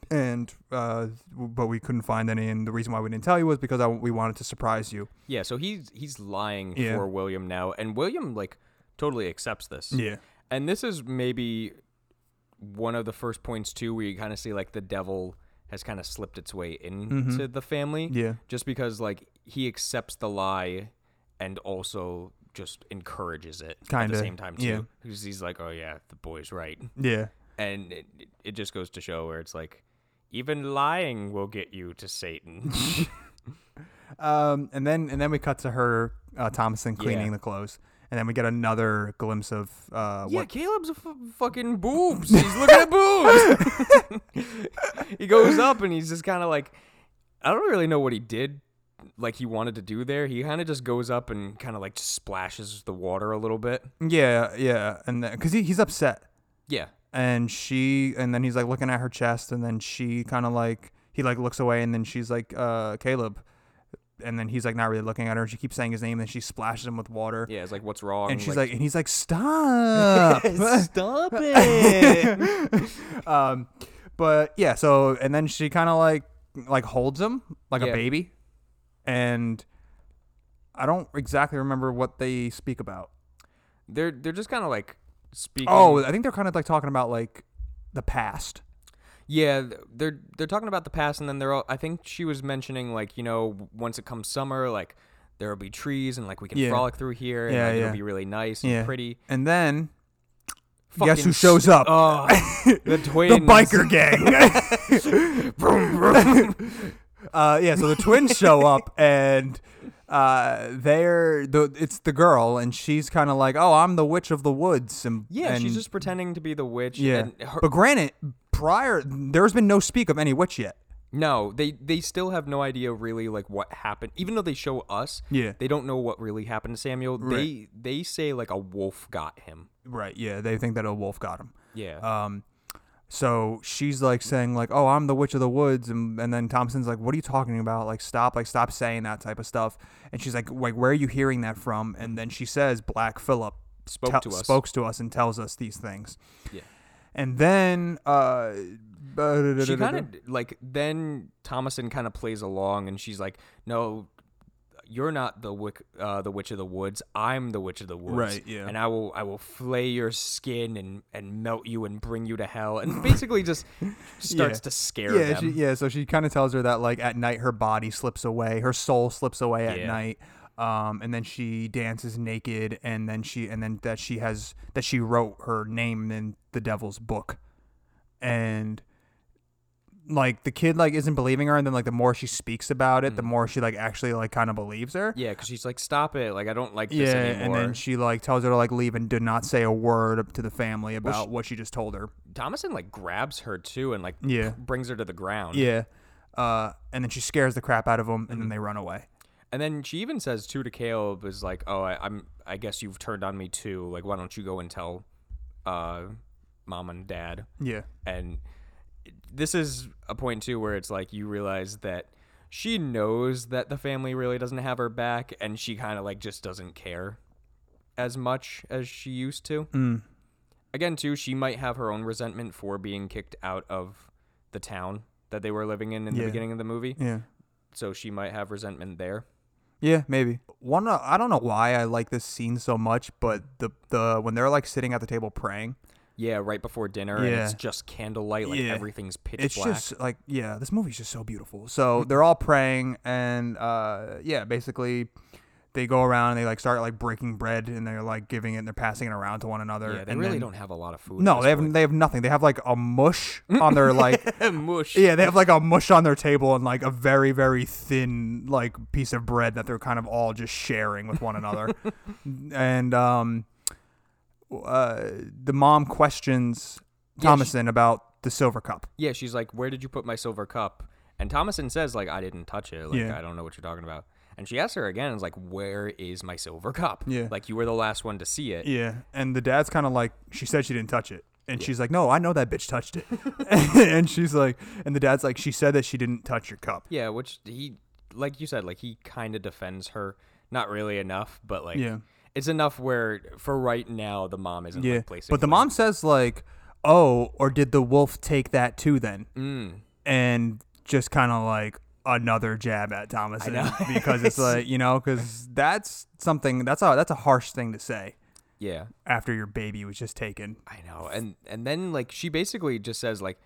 and uh, but we couldn't find any. And the reason why we didn't tell you was because I, we wanted to surprise you."
Yeah, so he's he's lying
Yeah.
for William now, and William like totally accepts this.
Yeah.
And this is maybe one of the first points too where you kind of see like the devil has kind of slipped its way into
Mm-hmm.
the family.
Yeah.
Just because like he accepts the lie and also just encourages it at
Kinda,
the same time too.
yeah.
Because he's like, Oh yeah, the boy's right.
Yeah.
And it, it just goes to show where it's like even lying will get you to Satan.
Um, and then and then we cut to her uh, Thomason cleaning
Yeah.
the clothes, and then we get another glimpse of uh,
Yeah,
what.
Caleb's a f- fucking boobs. He's looking at boobs. he goes up and he's just kind of like, I don't really know what he did, like he wanted to do there. He kind of just goes up and kind of like splashes the water a little bit.
Yeah, yeah, and because he, he's upset,
Yeah.
and she and then he's like looking at her chest, and then she kind of like he like looks away, and then she's like uh, Caleb, and then he's like not really looking at her. She keeps saying his name, and she splashes him with water,
Yeah, it's like, what's wrong?
and she's like, and he's like stop.
stop it.
um, but yeah, so and then she kind of like like holds him like a
Yeah.
baby, and I don't exactly remember what they speak about.
they're, they're just kind of like speaking.
Oh, I think they're kind of like talking about like the past.
Yeah, th- they're they're talking about the past, and then they're all. I think she was mentioning like you know w- once it comes summer, like there will be trees, and like we can
Yeah.
frolic through here, and
Yeah,
like,
yeah.
it'll be really nice and
Yeah.
pretty.
And then guess
Fucking
who shows
st-
up?
Oh, the twins,
the biker gang. uh, yeah, so the twins show up and uh, they're the it's the girl and she's kind of like, oh, I'm the witch of the woods, and
Yeah,
and-
she's just pretending to be the witch.
yeah.
and her,
but granted, prior there's been no speak of any witch yet.
no, they they still have no idea really like what happened. Even though they show us,
Yeah.
they don't know what really happened to Samuel.
Right.
They they say like a wolf got him.
Right? Yeah, they think that a wolf got him.
Yeah,
Um, so she's like saying like, "Oh, I'm the witch of the woods," and and then Thompson's like, "What are you talking about? Like, stop! Like, stop saying that type of stuff." And she's like, "Like, where are you hearing that from?" And then she says, "Black Phillip
Spoke
tell-
to us.
spokes to us and tells us these things."
Yeah.
And then uh,
she kind of like then Thomason kind of plays along and she's like, "No, you're not the wic- uh, the witch of the woods. I'm the witch of the woods.
Right, yeah.
And I will I will flay your skin and and melt you and bring you to hell and basically just starts to scare
yeah,
them.
She, yeah, so she kind of tells her that like at night her body slips away, her soul slips away at
Yeah.
night. Um, and then she dances naked and then she and then that she has that she wrote her name in the devil's book. And like the kid like isn't believing her and then like the more she speaks about it the more she like actually like kind of believes her
Mm. Yeah, because she's like, stop it. Like, I don't like
yeah
this anymore.
and then she like tells her to like leave and did not say a word up to the family about what she just told her
Thomason like grabs her too and like
Yeah.
brings her to the ground.
yeah uh and then she scares the crap out of them
Mm-hmm.
and then they run away
And then she even says too to Caleb is like, "Oh, I, I'm. I guess you've turned on me too. Like, why don't you go and tell, uh, mom and dad?"
yeah
And this is a point too where it's like you realize that she knows that the family really doesn't have her back, and she kind of like just doesn't care as much as she used to. Again, too, she might have her own resentment for being kicked out of the town that they were living in in
Yeah.
the beginning of the movie,
yeah
so she might have resentment there.
Yeah, maybe. One, uh, I don't know why I like this scene so much, but the the when they're like sitting at the table praying,
Yeah, right before dinner, and it's
Yeah.
just candlelight, like
Yeah.
everything's pitch
it's
black. Mm-hmm.
just like yeah, this movie's just so beautiful. So they're all praying, and uh, yeah, basically they go around and they like start like breaking bread, and they're like giving it, and they're passing it around to one another.
yeah, they
and
really
then-
don't have a lot of food.
No, they have they have nothing. They have like a mush on their like
have mush.
yeah, they have like a mush on their table and like a very very thin like piece of bread that they're kind of all just sharing with one another. and um uh the mom questions
Yeah,
Thomason about the silver cup.
Yeah, she's like, "Where did you put my silver cup?" And Thomason says, "Like I didn't touch it. Like
Yeah.
I don't know what you're talking about." And she asks her again, "Is like, where is my silver cup?
Yeah.
like you were the last one to see it."
Yeah. And the dad's kind of like she said she didn't touch it. And she's like, "No, I know that bitch touched it." and she's like and the dad's like, "She said that she didn't touch your cup."
Yeah, which he, like you said, like he kind of defends her, not really enough, but like
Yeah.
it's enough where for right now the mom isn't
Yeah.
like, placing.
But the
blame.
mom says like, "Oh, or did the wolf take that too then?"
Mm.
and just kind of like another jab at Thomason because it's like you know because that's something that's a that's a harsh thing to say
Yeah,
after your baby was just taken.
I know, and and then like she basically just says like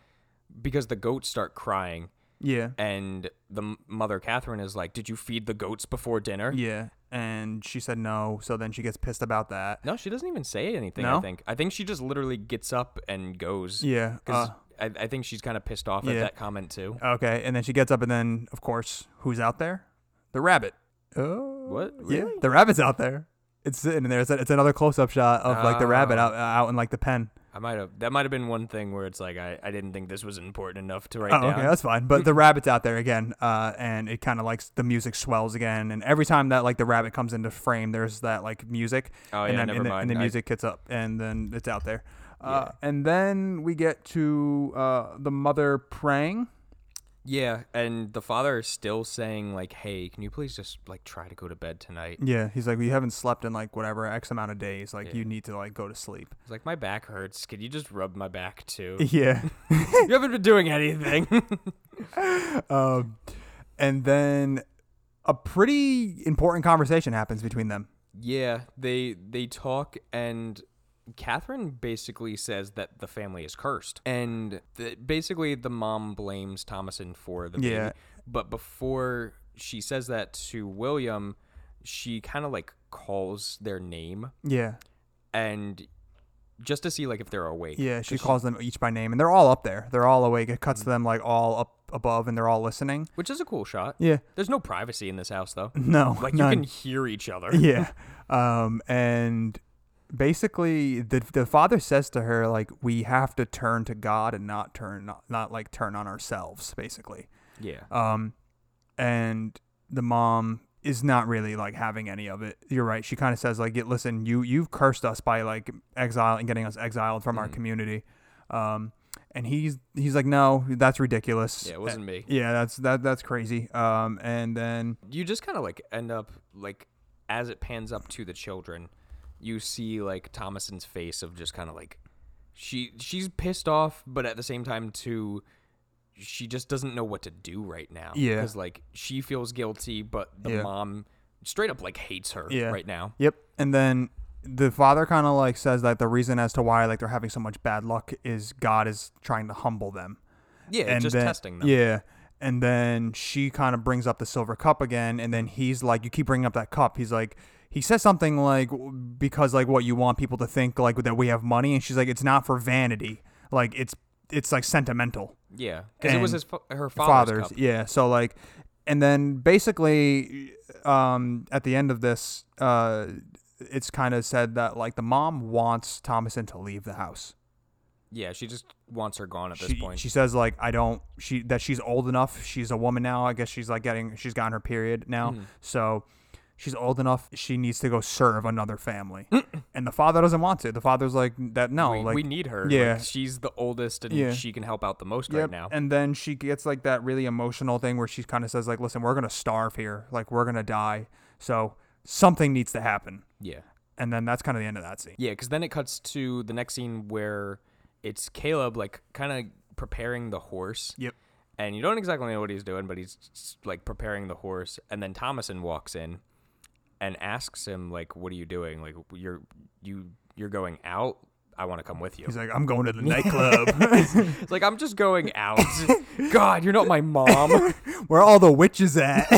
because the goats start crying
Yeah,
and the m- mother Catherine is like, "Did you feed the goats before dinner?"
yeah, and she said no, so then she gets pissed about that.
No, she doesn't even say anything. I
No?
think I think she just literally gets up and goes.
Yeah, Uh,
'Cause I, I think she's kind of pissed off at
yeah.
that comment too.
uh, okay, and then she gets up and then of course who's out there? The rabbit. Oh,
What?
yeah,
Really?
the rabbit's out there. It's sitting there. It's, a, it's another close-up shot of like the rabbit
Oh.
out uh, out in like the pen.
I might have that might have been one thing where it's like I, I didn't think this was important enough to write
Oh,
down.
okay, that's fine. But the rabbit's out there again, uh, and it kind of like the music swells again, and every time that like the rabbit comes into frame, there's that like music.
Oh,
and
yeah,
then,
never
and the,
mind.
And the
I-
music gets up, and then it's out there. Uh, And then we get to uh, the mother praying.
Yeah, and the father is still saying like, "Hey, can you please just like try to go to bed tonight?"
Yeah, he's like, "You haven't slept in like whatever x amount of days. Like,
Yeah.
you need to like go to sleep."
He's like, "My back hurts. Could you just rub my back too?"
Yeah.
you haven't been doing anything.
um, and then a pretty important conversation happens between them.
yeah, they they talk and Catherine basically says that the family is cursed, and th- basically the mom blames Thomason for the
Yeah.
baby. But before she says that to William, she kind of like calls their name
Yeah.
and just to see like if they're awake.
Yeah, she calls them each by name, and they're all up there. They're all awake. It
Mm-hmm.
cuts to them like all up above, and they're all listening.
which is a cool shot.
Yeah.
There's no privacy in this house though.
No,
Like
none.
you can hear each other.
yeah. Um, and basically, the the father says to her like, "We have to turn to God and not turn not, not like turn on ourselves." Basically,
Yeah.
um, and the mom is not really like having any of it. You're right. She kind of says like, "Yeah, "Listen, you you've cursed us by like exile and getting us exiled from our
Mm.
community." Um, and he's he's like, "No, that's ridiculous." Eh,
Yeah, it wasn't me.
Yeah, that's that that's crazy. Um, and then
you just kind of like end up like as it pans up to the children you see like thomason's face of just kind of like she she's pissed off but at the same time too she just doesn't know what to do right now
Yeah.
because like she feels guilty but the
Yeah.
mom straight up like hates her
Yeah.
right now
Yep. And then the father kind of like says that the reason as to why like they're having so much bad luck is God is trying to humble them.
yeah
and
just
then-
testing them
Yeah. And then she kind of brings up the silver cup again, and then he's like, "You keep bringing up that cup." He's like, he says something like, "Because like what you want people to think like that we have money," and she's like, "It's not for vanity. Like it's it's like sentimental."
Yeah, because it was
And
his fa- her father's,
fathers. e-,
cup.
Yeah. So like, and then basically, um, at the end of this, uh, it's kind of said that like the mom wants Thomason to leave the house.
Yeah, she just wants her gone at this
She,
point.
she says like I don't she that she's old enough. She's a woman now. I guess she's like getting she's gotten her period now.
Mm-hmm.
So she's old enough. She needs to go serve another family. and the father doesn't want to. The father's like that. No,
we,
like
we need her. Like,
yeah.
she's the oldest, and
Yeah.
she can help out the most right
Yep,
now.
And then she gets like that really emotional thing where she kind of says like, "Listen, we're gonna starve here. Like we're gonna die. So something needs to happen."
yeah,
And then that's kind of the end of that scene.
yeah. Because then it cuts to the next scene where it's Caleb like kind of preparing the horse.
Yep.
and you don't exactly know what he's doing, but he's s- like preparing the horse, and then Thomason walks in and asks him like, "What are you doing? Like, you're you you're going out? I want to come with you."
He's like, "I'm going to the nightclub
It's like I'm just going out. God, you're not my mom.
where all the witches at."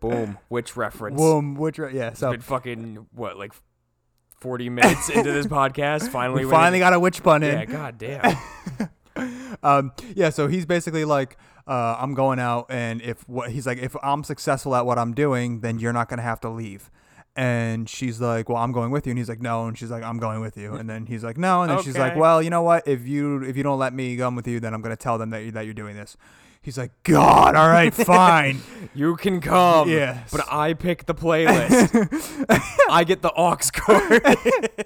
Boom, witch reference.
Boom, witch. Right? Yeah. So
Been fucking what like 40 minutes into this podcast. Finally,
we
when
finally
it-
got a witch pun in.
Yeah, god damn.
um, yeah, so he's basically like, uh, I'm going out, and if what he's like, if I'm successful at what I'm doing, then you're not gonna have to leave. And she's like, "Well, I'm going with you," and he's like, "No," and she's like, "I'm going with you," and then he's like, "No," and then she's like,
Okay.
"Well, you know what? If you if you don't let me come with you, then I'm gonna tell them that you, that you're doing this." He's like, "God, all right, fine."
You can come.
Yes.
But I pick the playlist. I get the aux cord.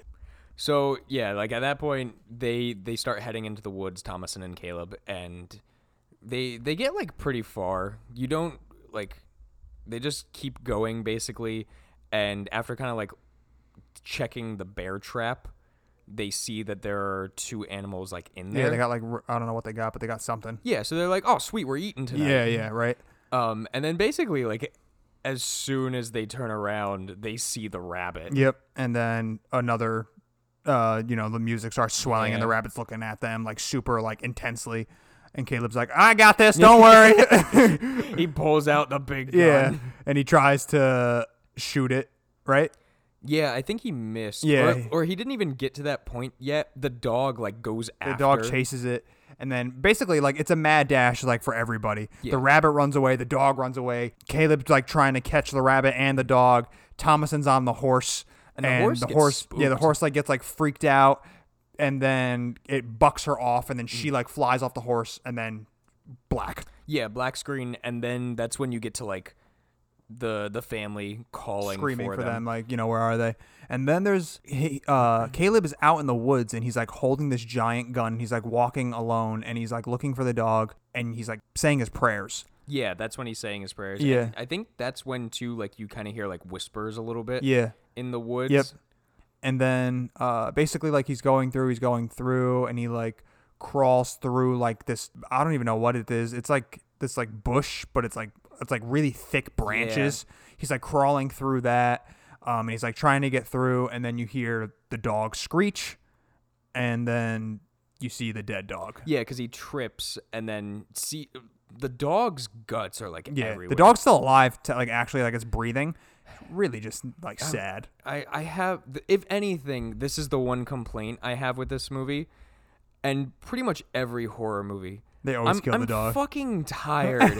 so yeah, like at that point, they they start heading into the woods, Thomason and Caleb, and they they get like pretty far. You don't like they just keep going basically, and after kind of like checking the bear trap, they see that there are two animals like in there.
yeah, they got like r- I don't know what they got, but they got something.
Yeah, so they're like, oh sweet, we're eating tonight.
Yeah, yeah, right.
Um, and then basically, like, as soon as they turn around, they see the rabbit.
Yep. And then another, uh, you know, the music starts swelling and
Yeah.
the rabbit's looking at them like super like intensely. And Caleb's like, I got this. Don't worry.
He pulls out the big gun.
yeah. And he tries to shoot it. Right.
Yeah, I think he missed.
Yeah.
Or, or he didn't even get to that point yet. The dog, like, goes
The
after.
dog chases it. And then basically like it's a mad dash like for everybody.
Yeah.
The rabbit runs away. The dog runs away. Caleb's like trying to catch the rabbit and the dog. Thomason's on the horse.
And the horse gets
yeah, the
spooked.
horse like gets like freaked out, and then it bucks her off, and then
Mm.
she like flies off the horse, and then black.
Yeah, black screen. And then that's when you get to, like, the the family calling
screaming
for,
for, them. like you know where are they and then there's he, uh caleb is out in the woods and he's like holding this giant gun he's like walking alone and he's like looking for the dog and he's like saying his prayers
Yeah, that's when he's saying his prayers.
Yeah.
And I think that's when, too, like, you kind of hear, like, whispers a little bit
yeah
in the woods.
Yep. and then uh basically like he's going through he's going through and he like crawls through like this i don't even know what it is it's like this like bush but it's like it's like really thick branches he's like crawling through that um and he's like trying to get through and then you hear the dog screech and then you see the dead dog
Yeah, because he trips and then see the dog's guts are like
yeah
everywhere.
the dog's still alive to like actually like it's breathing really just like sad
I I have if anything, this is the one complaint I have with this movie, and pretty much every horror movie.
They always
I'm,
kill the
I'm
dog.
Fucking tired.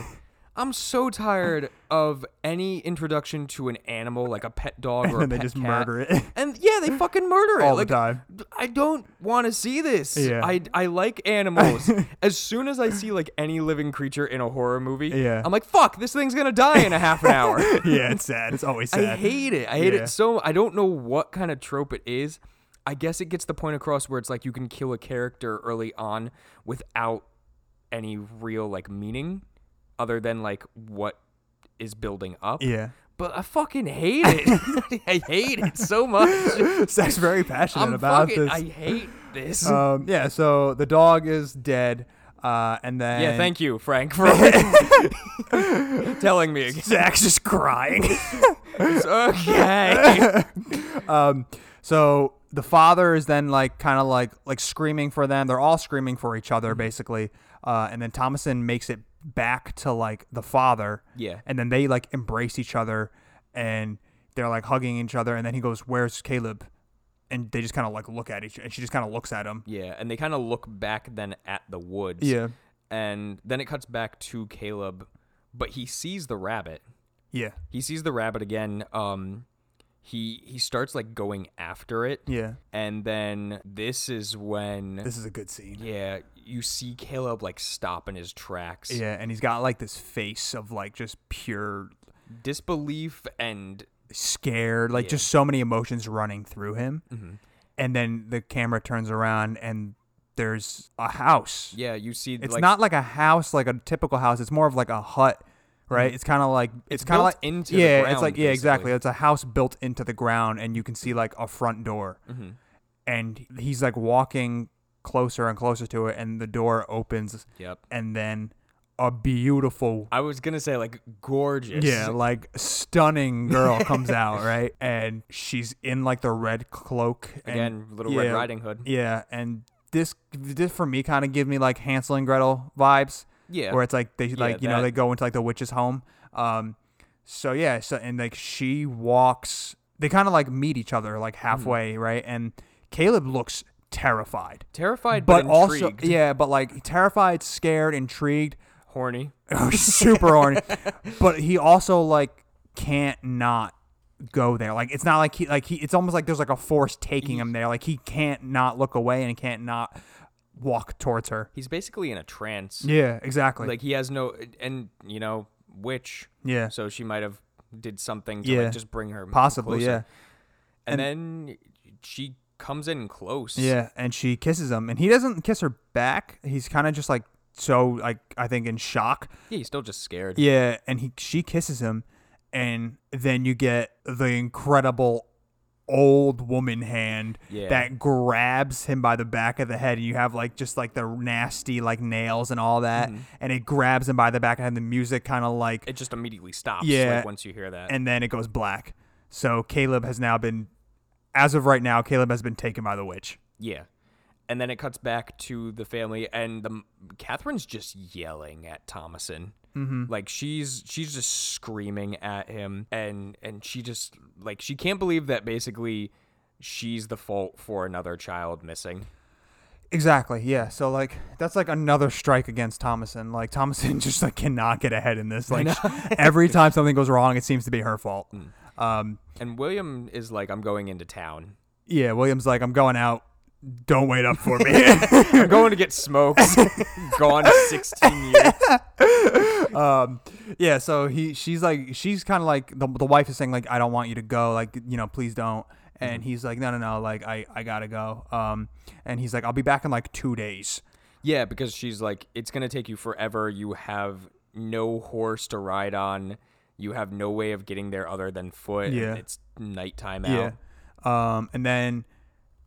I'm so tired of any introduction to an animal like a pet dog or a
and they
pet
just
cat.
murder it
And yeah, they fucking murder it
All the
like,
time.
I don't want to see this.
Yeah.
I I like animals. as soon as I see like any living creature in a horror movie,
Yeah.
I'm like, fuck, this thing's gonna die in a half an hour.
yeah it's sad it's always sad
I hate it. I hate
Yeah.
it so. I don't know what kind of trope it is. I guess it gets the point across where it's like you can kill a character early on without any real like meaning, other than like what is building up.
yeah
But I fucking hate it. I hate it so much.
Zach's very passionate
I'm
about
fucking.
this.
I hate this.
um, yeah, so the dog is dead, uh, and then
yeah, thank you, Frank, for telling me. again.
Zach's just crying.
It's okay.
um, so the father is then like kind of like like screaming for them. They're all screaming for each
Mm-hmm.
other basically, uh, and then Thomason makes it back to like the father.
Yeah.
and then they like embrace each other, and they're like hugging each other, and then he goes, "Where's Caleb?" and they just kind of like look at each and she just kind of looks at him.
Yeah, and they kind of look back then at the woods.
Yeah.
And then it cuts back to Caleb, but he sees the rabbit.
Yeah.
He sees the rabbit again. Um he he starts like going after it.
Yeah.
And then this is when
This is a good scene.
yeah, you see Caleb like stop in his tracks.
Yeah, and he's got like this face of like just pure
Disbelief and
scared, like just so many emotions running through him.
Mm-hmm.
And then the camera turns around and there's a house.
yeah, you see
It's
like
not like a house, like a typical house. It's more of like a hut, right? It's kind of like it's, kind of
Mm-hmm. built
like
into the
yeah, it's
ground,
like yeah, exactly.
basically.
It's a house built into the ground, and you can see like a front door.
Mm-hmm.
And he's like walking closer and closer to it, and the door opens,
Yep.
and then a beautiful
I was gonna say like gorgeous.
yeah, like stunning girl comes out, right? And she's in like the red cloak and-
Again, Little Red Riding Hood.
Yeah, and this this for me kind of give me like Hansel and Gretel vibes,
Yeah.
where it's like they like you know
that-
they go into like the witch's home. Um, so yeah, so and like she walks, they kind of like meet each other like
Mm-hmm.
halfway, right? And Caleb looks terrified,
Terrified
but
but,
also
intrigued.
yeah, but like terrified, scared, intrigued.
Horny.
super horny. But he also like can't not go there. Like it's not like he like he. It's almost like there's like a force taking him there. Like he can't not look away and he can't not walk towards her.
He's basically in a trance.
Yeah, exactly.
Like he has no and you know, witch.
yeah,
So she might have did something to
Yeah.
like just bring her
possibly.
closer.
Yeah,
And, then she comes in close.
yeah. And she kisses him, and he doesn't kiss her back. He's kind of just like so like I think in shock.
Yeah, he's still just scared.
Yeah, and he she kisses him, and then you get the incredible old woman hand
Yeah.
that grabs him by the back of the head, and you have like just like the nasty like nails and all that, and it grabs him by the back of the head. And the music kind of like,
Mm-hmm. It just immediately stops
Yeah.
like once you hear that.
and then it goes black. So Caleb has now been, as of right now, Caleb has been taken by the witch.
yeah. And then it cuts back to the family and the Catherine's just yelling at Thomason. Mm-hmm. Like she's she's just screaming at him and and she just like she can't believe that basically she's the fault for another child missing.
Exactly. Yeah. So like that's like another strike against Thomason. Like Thomason just like cannot get ahead in this. Like every time something goes wrong, it seems to be her fault. Um.
And William is like I'm going into town.
Yeah. Williams like I'm going out. Don't wait up for me.
I'm going to get smoked. Gone 16 years.
um. Yeah. So he she's like she's kind of like the the wife is saying like I don't want you to go. Like you know please don't. And he's like, no, no, no, like I, I gotta go. Um, and he's like, I'll be back in like two days.
Yeah, because she's like, it's gonna take you forever. You have no horse to ride on. You have no way of getting there other than foot. and
Yeah.
it's nighttime out.
Yeah. Um, and then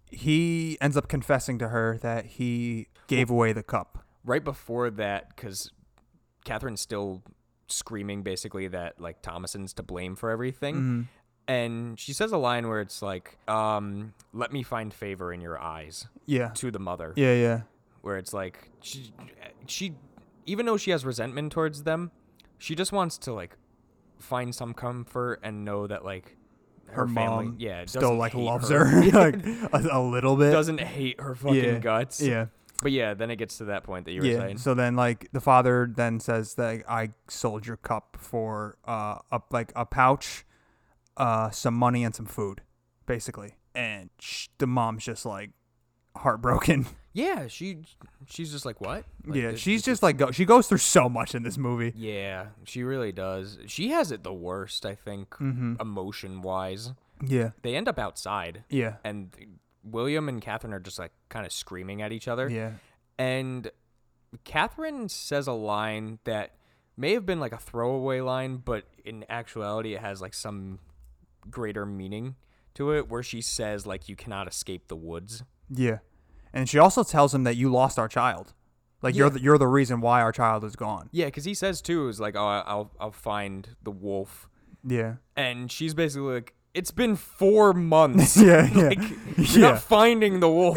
he ends up confessing to her that he gave away the cup.
Right before that, because Catherine's still screaming basically that like Thomason's to blame for everything.
Mm-hmm.
And she says a line where it's like, um, "Let me find favor in your eyes."
Yeah.
To the mother,
Yeah, yeah.
where it's like she, she, even though she has resentment towards them, she just wants to like find some comfort and know that like her,
Her
family,
mom
yeah,
still
doesn't
like
hate
loves her, like a, a little bit.
doesn't hate her fucking
yeah.
guts.
Yeah.
but yeah, then it gets to that point that you were
Yeah.
saying.
So then like the father then says that I sold your cup for uh a, like a pouch, uh some money and some food, basically. And sh- the mom's just like heartbroken.
Yeah, she, she's just like what? Like,
yeah,
this-
she's
this is-
just like go- she goes through so much in this movie.
yeah, she really does. She has it the worst, I think,
Mm.
emotion wise.
Yeah.
They end up outside,
Yeah.
and William and Catherine are just like kind of screaming at each other.
Yeah.
And Catherine says a line that may have been like a throwaway line, but in actuality, it has like some greater meaning to it where she says, like, you cannot escape the woods.
Yeah, and she also tells him that you lost our child. Like you're
Yeah.
the, you're the reason why our child is gone.
Yeah, because he says too, is like, oh, I'll, I'll find the wolf.
Yeah,
And she's basically like, it's been four months.
Yeah, yeah.
like, you're
Yeah.
not finding the wolf.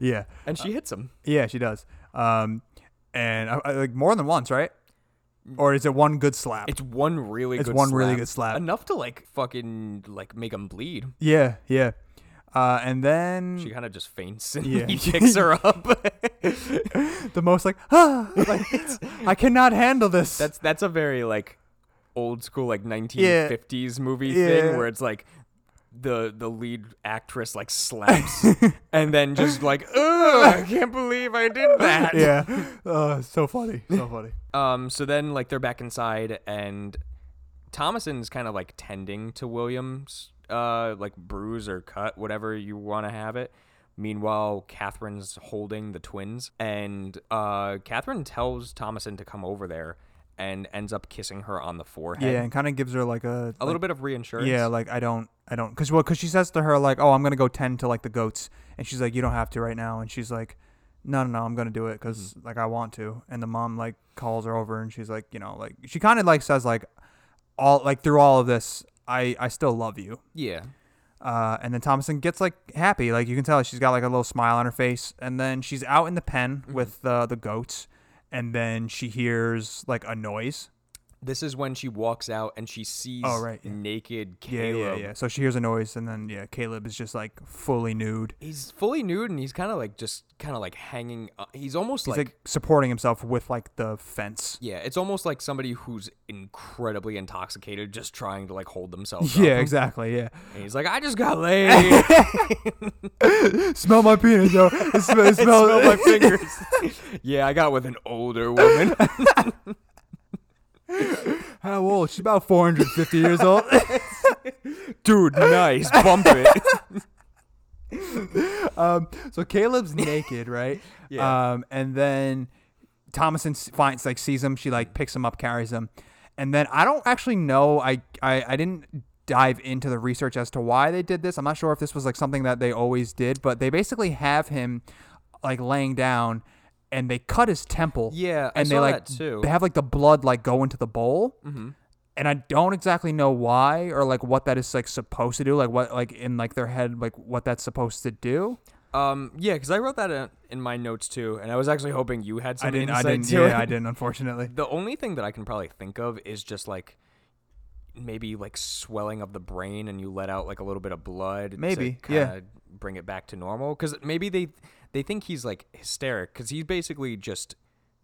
yeah,
and she hits him.
yeah. She does. Um, and I, I- like more than once, right? or is it one good slap?
It's one really.
It's
good
one
slap.
really good slap.
Enough to like fucking like make him bleed.
yeah, yeah. Uh, and then
She kind of just faints and
Yeah.
he picks her up.
the most like, ah, like I cannot handle this.
that's that's a very like old school like 1950s movie thing
Yeah.
where it's like the the lead actress like slaps and then just like Ugh, I can't believe I did that.
yeah. Uh, so funny, so funny.
Um, so then like they're back inside and Thomason's kind of like tending to Williams, uh, like bruise or cut, whatever you want to have it. Meanwhile, Catherine's holding the twins, and uh, Catherine tells Thomason to come over there, and ends up kissing her on the forehead.
Yeah, and kind of gives her like a
a little bit of reinsurance.
Yeah, like I don't, I don't, cause well, cause she says to her like, oh, I'm gonna go tend to like the goats, and she's like, you don't have to right now, and she's like, no, no, no, I'm gonna do it, because like I want to, and the mom like calls her over, and she's like, you know, like she kind of like says like, all like through all of this, I I still love you,
yeah.
uh, and then Thomason gets like happy, like you can tell she's got like a little smile on her face, and then she's out in the pen with the the goats, and then she hears like a noise.
This is when she walks out and she sees
Oh, right, yeah.
naked
Yeah,
Caleb.
yeah, yeah. So she hears a noise, and then yeah, Caleb is just like fully nude.
He's fully nude and he's kind of like just kind of like hanging. Up. He's almost
He's like, supporting himself with like the fence.
Yeah, it's almost like somebody who's incredibly intoxicated, just trying to like hold themselves.
Yeah,
up.
exactly. Yeah.
And he's like, I just got laid.
smell my penis, yo. It sm- it smells-
Smell my fingers. yeah, I got with an older woman.
How old? She's about 450 years old.
Dude, nice. Bump it.
um, so Caleb's naked, right?
Yeah.
Um, and then Thomason s- finds like sees him. She like picks him up, carries him, and then I don't actually know. I I, I didn't dive into the research as to why they did this. I'm not sure if this was like something that they always did, but they basically have him like laying down. And they cut his temple.
Yeah, I
and they
saw
like
that too. Mm-hmm.
they have like the blood like go into the bowl, and I don't exactly know why or like what that is like supposed to do, like what like in like their head, like what that's supposed to do.
Um, yeah, because I wrote that in, in my notes too, and I was actually hoping you had some
I didn't. I
insight
didn't.
to it.
Yeah, I didn't. Unfortunately.
The only thing that I can probably think of is just like maybe like swelling of the brain and you let out like a little bit of blood
Maybe,
to kinda bring it back to normal cuz maybe they they think he's like hysteric cuz he's basically just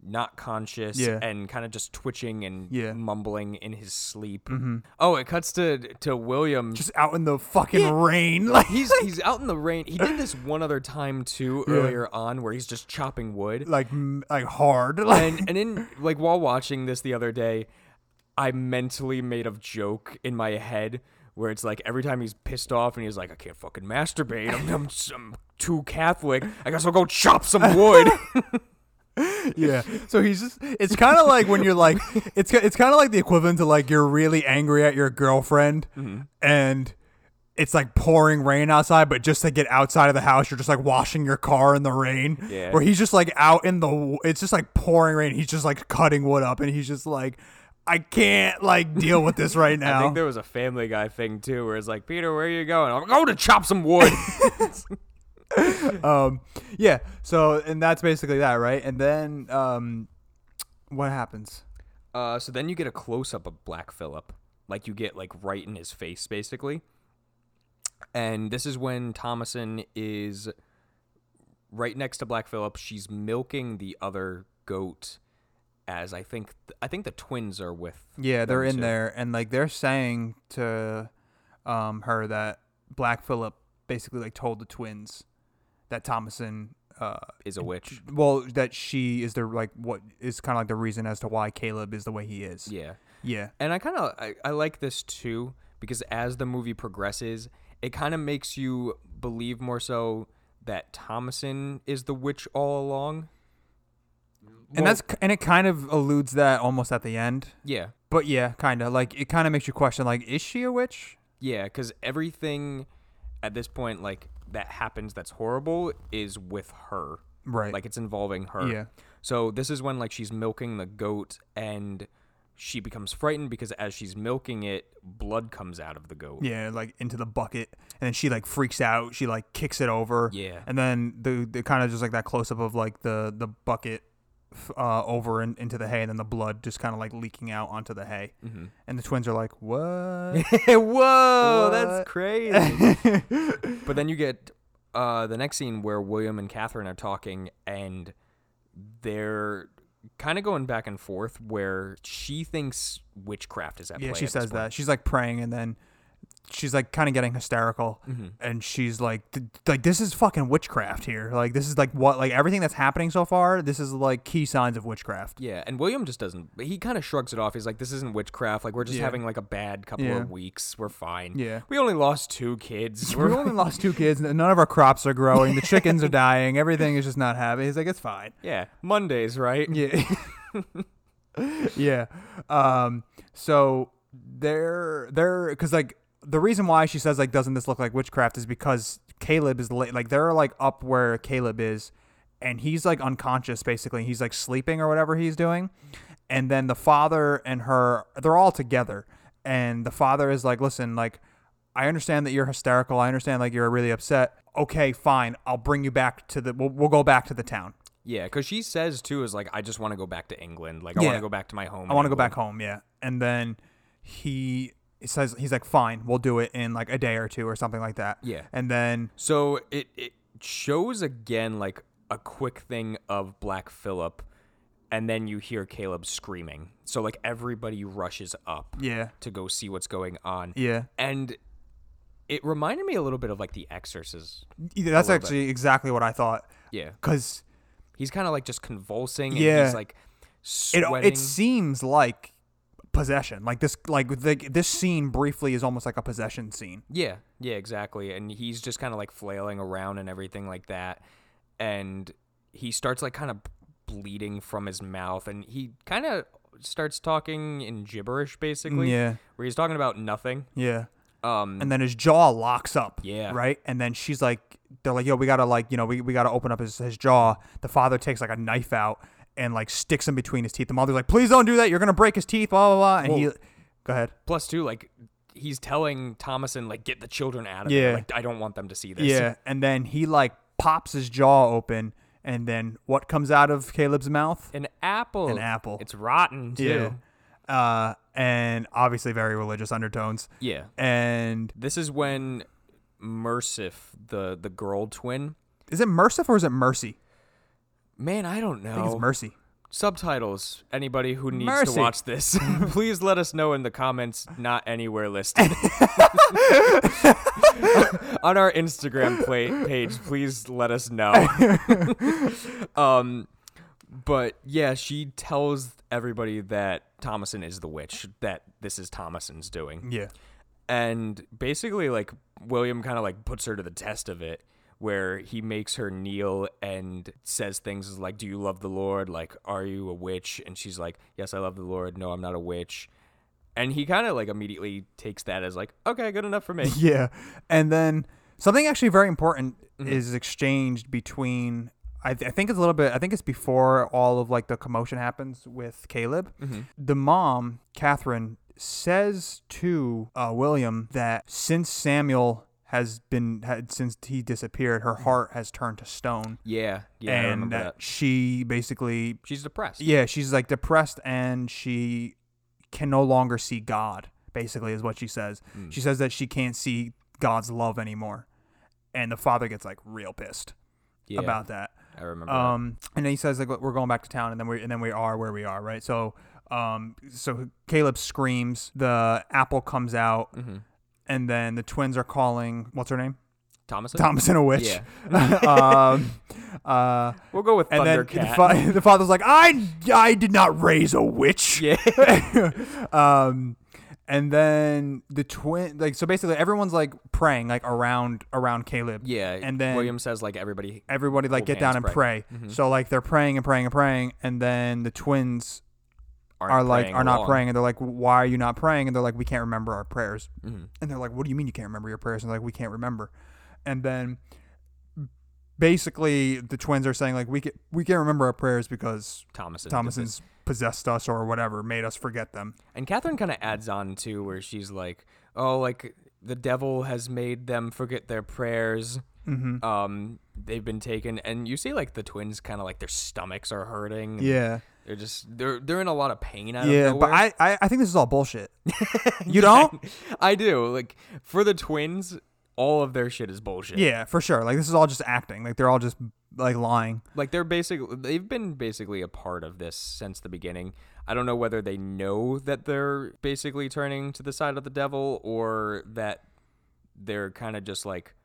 not conscious
Yeah.
and kind of just twitching and
Yeah. Mm-hmm.
mumbling in his sleep. Oh, it cuts to to William
Just out in the fucking
Yeah.
rain, like
He's he's out in the rain. He did this one other time too earlier on where he's just chopping wood.
like m- like hard, like
and and in like while watching this the other day, I mentally made a joke in my head where it's like every time he's pissed off and he's like, I can't fucking masturbate. I'm I'm, I'm too Catholic. I guess I'll go chop some wood.
yeah. So he's just. It's kind of like when you're like. It's ki- it's kind of like the equivalent to like you're really angry at your girlfriend, and. It's like pouring rain outside, but just to get outside of the house, you're just like washing your car in the rain.
Yeah.
Where he's just like out in the, w- it's just like pouring rain. He's just like cutting wood up, and he's just like, I can't like deal with this right now.
I think there was a Family Guy thing too where it's like, Peter, where are you going? I'm going to chop some wood.
um yeah so and that's basically that right and then um what happens
uh, so then you get a close up of Black Phillip, like you get like right in his face basically. And this is when Thomason is right next to Black Phillip. She's milking the other goat, as I think I think the twins are with.
yeah they're
them
in
too.
there and like they're saying to um her that black philip basically like told the twins that thomason uh
Is a witch.
well that she is the like what is kind of like the reason as to why caleb is the way he is
Yeah.
yeah
And I kind of I, I like this too because as the movie progresses, it kind of makes you believe more so that Thomason is the witch all along.
and that's and it kind of alludes that almost at the end
Yeah.
but yeah kind of like it kind of makes you question like is she a witch
Yeah, because everything at this point, like that happens, that's horrible, is with her.
right
Like it's involving her.
Yeah.
So this is when like she's milking the goat and she becomes frightened because as she's milking it, blood comes out of the goat.
Yeah, like into the bucket, and then she like freaks out. She like kicks it over.
Yeah.
and then the the kind of just like that close up of like the the bucket f- uh, over in, into the hay, and then the blood just kind of like leaking out onto the hay.
Mm-hmm.
And the twins are like, "What?"
Whoa,
What?
that's crazy. but then you get uh, the next scene where William and Catherine are talking, and they're kind of going back and forth where she thinks witchcraft is at
yeah,
play.
she
at this
says
point.
that. She's like praying, and then she's like kind of getting hysterical,
Mm-hmm.
and she's like, "Th- "Like this is fucking witchcraft here. Like this is like what like everything that's happening so far. This is like key signs of witchcraft."
Yeah, and William just doesn't. He kind of shrugs it off. He's like, "This isn't witchcraft. Like we're just
Yeah.
having like a bad couple
Yeah.
of weeks. We're fine.
Yeah.
we only lost two kids.
We
We're
only lost two kids. and None of our crops are growing. The chickens are dying. Everything is just not happy. He's like, it's fine.
yeah, Mondays, right?
Yeah. yeah. Um, so they're they're because like the reason why she says like doesn't this look like witchcraft is because Caleb is late. Like they're like up where Caleb is, and he's like unconscious basically. He's like sleeping or whatever he's doing, and then the father and her they're all together, and the father is like, listen, like. I understand that you're hysterical. I understand like you're really upset. Okay, fine. I'll bring you back to the. We'll, we'll go back to the town.
Yeah, because she says too is like, "I just want to go back to England. Like I want
Yeah.
to go back to my home.
I want to go back home, yeah. And then he says he's like, fine, we'll do it in like a day or two or something like that.
Yeah.
And then
So it it shows again like a quick thing of Black Phillip, and then you hear Caleb screaming. So like everybody rushes up
yeah,
to go see what's going on.
yeah.
and it reminded me a little bit of like The Exorcist.
Yeah, E, That's
little bit.
actually exactly what I thought
Yeah,
because
he's kind of like just convulsing. And
Yeah.
he's like
it
sweating.
it seems like possession. Like this like the, this scene briefly is almost like a possession scene.
Yeah, yeah, exactly. And he's just kind of like flailing around and everything like that. And he starts like kind of bleeding from his mouth and he kind of starts talking in gibberish basically.
Yeah.
Where he's talking about nothing.
Yeah.
Um
And then his jaw locks up.
Yeah.
Right? And then she's like they're like, yo, we gotta like, you know, we, we gotta open up his, his jaw. The father takes like a knife out and like sticks him between his teeth. The mother's like, please don't do that, you're gonna break his teeth, blah blah blah. And he
Well-
Go ahead.
plus too like he's telling Thomason like get the children out of
Yeah.
there. Like I don't want them to see this.
Yeah. And then he like pops his jaw open and then what comes out of Caleb's mouth?
An apple.
An apple.
It's rotten too.
Yeah. Uh and obviously very religious undertones.
Yeah.
And
This is when Mercif, the the girl twin,
is it Merciful or is it Mercy?
man, I don't know.
I think it's Mercy.
subtitles anybody who needs
Mercy.
to watch this please let us know in the comments not anywhere listed on our instagram pla page please let us know um but yeah she tells everybody that thomason is the witch that this is thomason's doing
Yeah.
and basically like william kind of like puts her to the test of it where he makes her kneel and says things like do you love the lord like are you a witch and she's like yes i love the lord no i'm not a witch and he kind of like immediately takes that as like okay good enough for me
Yeah. And then something actually very important
Mm-hmm.
is exchanged between I, th- I think it's a little bit I think it's before all of like the commotion happens with Caleb.
Mm-hmm.
The mom, Catherine, says to uh, William that since Samuel has been had since he disappeared, her heart has turned to stone.
yeah Mm-hmm. yeah I
and
remember
that,
that
she basically
she's depressed
yeah, she's like depressed and she can no longer see God, basically, is what she says.
Hmm.
She says that she can't see God's love anymore. And the father gets like real pissed
Yeah,
about that.
i remember that.
Um, and then he says like we're going back to town, and then we and then we are where we are, right? So, um, so Caleb screams, the apple comes out,
Mm-hmm.
and then the twins are calling what's her name,
thomason
Thomason, a witch. um, uh,
we'll go with
and then the,
thundercat
fa- the father's like, I, I did not raise a witch.
yeah
um, and then the twin, like, so basically everyone's like praying, like around around Caleb.
yeah
And then
william says like everybody
everybody like
Hold
get down and
hands,
pray.
Mm-hmm.
So like they're praying and praying and praying, and then the twins
aren't
are like
praying
are not
along.
praying, and they're like, why are you not praying? And they're like, we can't remember our prayers.
Mm-hmm.
And they're like, what do you mean you can't remember your prayers? And they're like, we can't remember. And then basically the twins are saying like we can we can't remember our prayers because
thomason
Thomason's possessed us or whatever, made us forget them.
And Catherine kind of adds on too, where she's like, "Oh, like the devil has made them forget their prayers."
Mm-hmm.
Um, they've been taken, and you see like the twins kind of like their stomachs are hurting. and
Yeah.
they're just they're they're in a lot of pain. Out
Yeah,
of
but
nowhere.
I, I, I think this is all bullshit. You don't?
I do like for the twins, all of their shit is bullshit.
Yeah, for sure. Like this is all just acting. Like they're all just like lying.
Like they're basically they've been basically a part of this since the beginning. I don't know whether they know that they're basically turning to the side of the devil or that they're kind of just like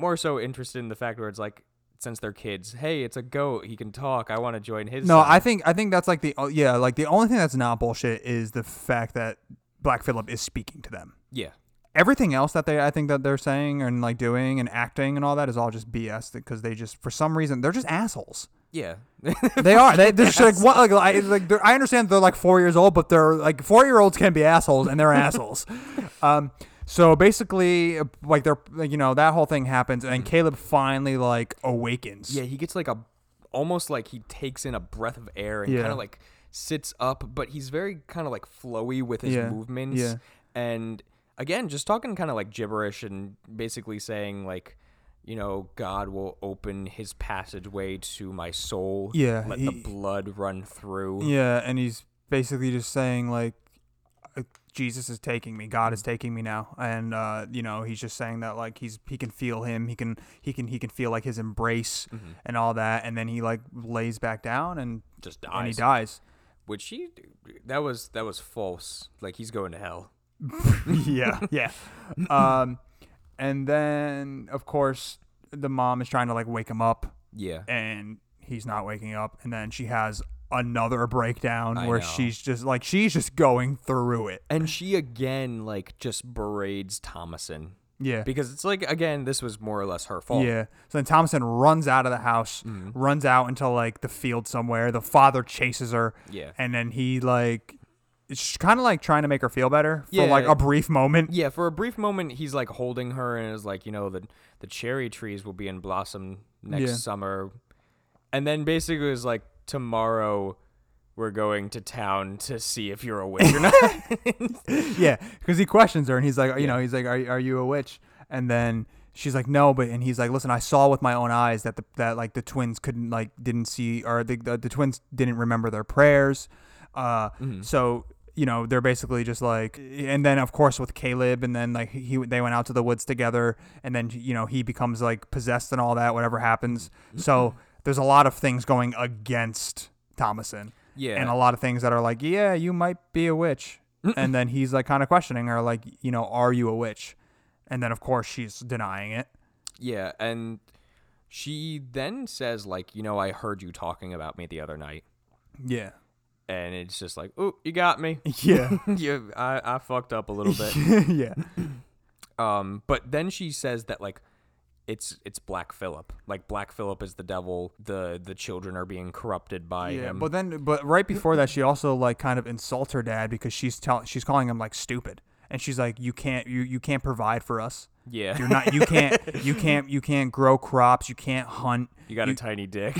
more so interested in the fact where it's like since they're kids, hey, it's a goat, he can talk. I want to join his
No,
side."
I think I think that's like the oh, yeah, like the only thing that's not bullshit is the fact that Black Phillip is speaking to them.
Yeah.
Everything else that they I think that they're saying and like doing and acting and all that is all just BS because they just for some reason they're just assholes.
Yeah.
They are. They, they're just like what? Like, I, like they're, I understand they're like four years old, but they're like four year olds can be assholes, and they're assholes. Um, so basically, like they're like, you know that whole thing happens, and Caleb finally like awakens.
yeah, he gets like a almost like he takes in a breath of air and
Yeah.
kind of like sits up, but he's very kind of like flowy with his
Yeah,
movements.
yeah.
And again, just talking kind of like gibberish and basically saying like you know, God will open his passageway to my soul.
Yeah,
Let the
he-
blood run through.
Yeah, and he's basically just saying like, uh, Jesus is taking me, God is taking me now, and uh, you know he's just saying that like he's he can feel him, he can he can he can feel like his embrace and all that, and then he like lays back down and
Just
and he
dies.
dies.
Which he that was that was false. Like he's going to hell.
yeah, yeah. Um, and then of course the mom is trying to like wake him up,
Yeah.
and he's not waking up, and then she has another breakdown
I
where
know.
she's just like she's just going through it.
And she again like just berates Thomason.
Yeah.
because it's like again this was more or less her fault
Yeah. So then Thomason runs out of the house,
Mm-hmm.
runs out into like the field somewhere. The father chases her.
Yeah.
And then he like, it's kind of like trying to make her feel better for
Yeah.
like a brief moment.
yeah for a brief moment he's like holding her and is like you know the the cherry trees will be in blossom next
Yeah.
summer and then basically is like tomorrow we're going to town to see if you're awake or not
yeah, because he questions her and he's like, you know, he's like, are, are you a witch? And then she's like, no, but and he's like, listen, I saw with my own eyes that the that like the twins couldn't like didn't see or the the, the twins didn't remember their prayers, uh, so. You know they're basically just like, and then of course with Caleb, and then like he they went out to the woods together, and then you know he becomes like possessed and all that. Whatever happens, so there's a lot of things going against Thomason
yeah
and a lot of things that are like, yeah, you might be a witch. and then he's like kind of questioning her, like, you know, are you a witch? And then of course she's denying it.
yeah and she then says like you know i heard you talking about me the other night
Yeah.
and it's just like oh you got me
Yeah.
yeah I, I fucked up a little bit
yeah.
Um, but then she says that like it's it's Black Philip. Like Black Philip is the devil. The the children are being corrupted by
Yeah.
him.
But then but right before that she also like kind of insults her dad because she's telling she's calling him like stupid. And she's like, You can't you you can't provide for us.
yeah,
You're not you can't you can't you can't grow crops, you can't hunt.
you got a tiny dick.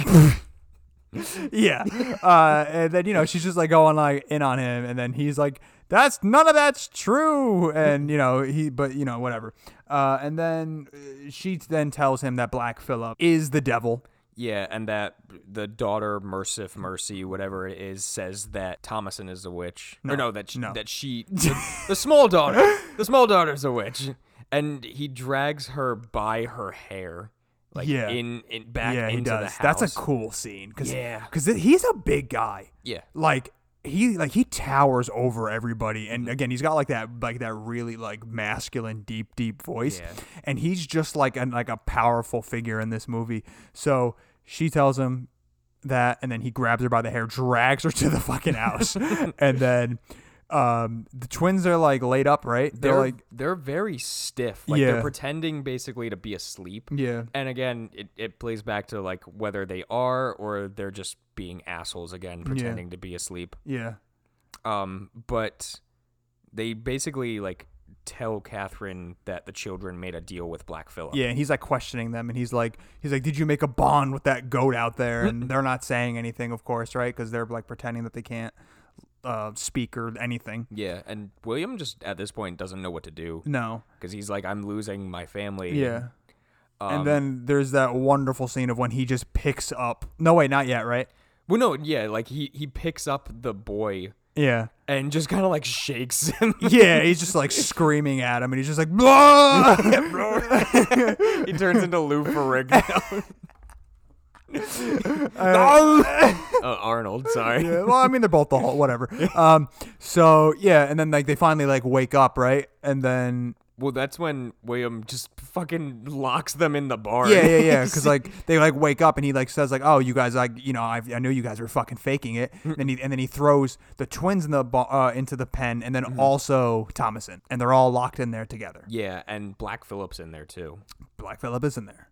Yeah. Uh, and then, you know, she's just like going like in on him. And then he's like, that's none of that's true. And, you know, he, but, you know, whatever. Uh, and then uh, she then tells him that Black Phillip is the devil.
yeah, and that the daughter Mercif Mercy, whatever it is, says that Thomason is a witch. or no, that she,
no.
that she the, the small daughter, the small daughter's a witch, and he drags her by her hair, like
Yeah.
in in back
yeah,
into
he does.
the house.
That's a cool scene. Cause,
Yeah.
Because he's a big guy.
yeah.
Like, he like he towers over everybody
Mm-hmm.
and again he's got like that like that really like masculine deep deep voice
Yeah.
and he's just like an like a powerful figure in this movie so she tells him that and then he grabs her by the hair drags her to the fucking house and then um the twins are like laid up right
they're,
they're, like
they're very stiff. Like
Yeah.
they're pretending basically to be asleep.
yeah
And again, it, it plays back to like whether they are or they're just being assholes again, pretending to be asleep.
yeah
Um, but they basically like tell Catherine that the children made a deal with Black Phillip.
yeah and he's like questioning them and he's like he's like did you make a bond with that goat out there and they're not saying anything of course right because they're like pretending that they can't uh speak or anything
Yeah, and William just at this point doesn't know what to do
No.
because he's like, I'm losing my family. Um,
Yeah. Um, and then there's that wonderful scene of when he just picks up. No, wait, not yet, right?
Well, no, yeah, like he he picks up the boy
Yeah.
and just kind of like shakes him.
Yeah, he's just like screaming at him, and he's just like, "Blah!"
he turns into Lou Ferrigno. uh, Arnold, sorry.
Yeah, well, I mean, they're both the whole whatever. Um, so yeah, and then like they finally like wake up, right? And then
Well, that's when William just fucking locks them in the barn.
yeah, yeah, yeah, because like they like wake up, and he like says like, "Oh, you guys, like you know, I, I knew you guys were fucking faking it." And then he and then he throws the twins in the bo- uh, into the pen, and then also Thomason, and they're all locked in there together.
yeah, and Black Phillips in there too.
Black Phillip is in there.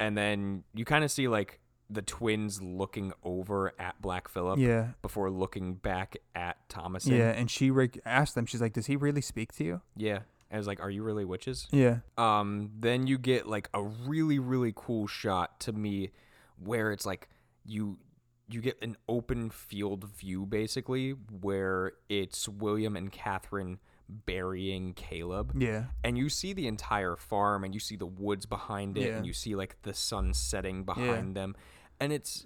And then you kind of see like the twins looking over at Black Phillip
Yeah.
before looking back at Thomason.
Yeah, and she re- asked them, she's like, "Does he really speak to you?"
Yeah. I was like, "Are you really witches?"
Yeah.
um then you get like a really really cool shot to me where it's like you you get an open field view basically where it's william and catherine burying caleb
Yeah.
and you see the entire farm and you see the woods behind it
Yeah.
and you see like the sun setting behind them and it's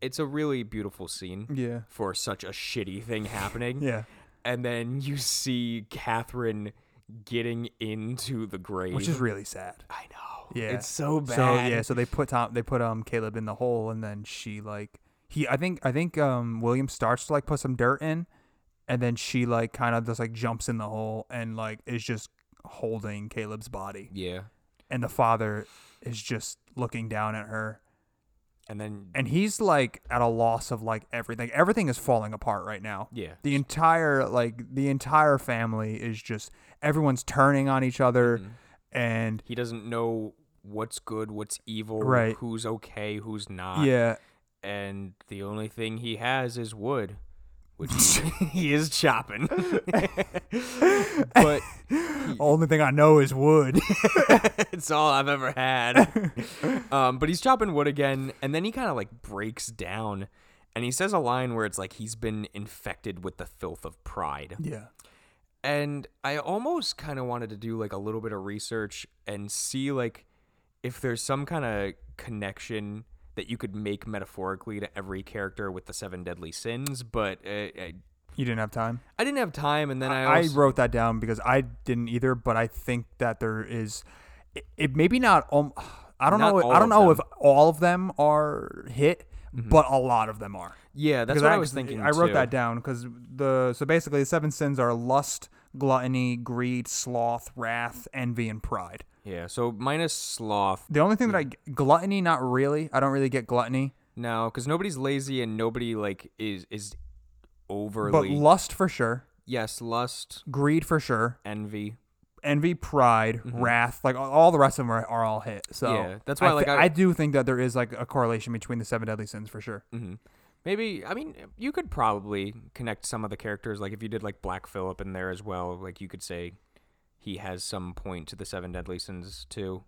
it's a really beautiful scene
Yeah.
for such a shitty thing happening
Mm. Yeah.
and then you see Catherine getting into the grave.
Which is really sad.
I know.
Yeah.
it's so bad.
So yeah, so they put Tom, they put um Caleb in the hole, and then she like he, I think, I think um William starts to like put some dirt in, and then she like kind of just like jumps in the hole and like is just holding Caleb's body,
yeah.
and the father is just looking down at her,
And then
and he's like at a loss of like everything. Everything is falling apart right now.
yeah,
The entire like the entire family is just everyone's turning on each other, and
he doesn't know what's good, what's evil,
Right.
who's okay, who's not.
yeah,
And the only thing he has is wood, which he is chopping. but
only thing I know is wood.
it's all I've ever had. um, but he's chopping wood again, and then he kind of like breaks down, and he says a line where it's like he's been infected with the filth of pride.
yeah.
And I almost kind of wanted to do like a little bit of research and see like if there's some kind of connection that you could make metaphorically to every character with the seven deadly sins, but uh, I,
You didn't have time.
I didn't have time, and then I,
I
also,
wrote that down because I didn't either, but I think that there is it, it maybe not um, I don't
Not
know
all
I don't
of
know
them.
if all of them are hit, but a lot of them are.
yeah, that's
Because
what I, was thinking.
I wrote
too.
that down cuz the so basically the seven sins are lust, gluttony, greed, sloth, wrath, envy and pride.
Yeah, so minus sloth,
The only thing that I g- gluttony not really. I don't really get gluttony,
No, because nobody's lazy and nobody like is is
but
overly.
lust for sure,
yes, lust,
greed for sure,
envy.
envy, pride, wrath, like all- all the rest of them are, are all hit. So
Mm-hmm. Yeah, that's why,
I, thi-
like, I-
I, do think that there is like a correlation between the seven deadly sins for sure.
Mm-hmm. Maybe I mean you could probably connect some of the characters. Like if you did like Black Phillip in there as well, like you could say he has some point to the seven deadly sins too.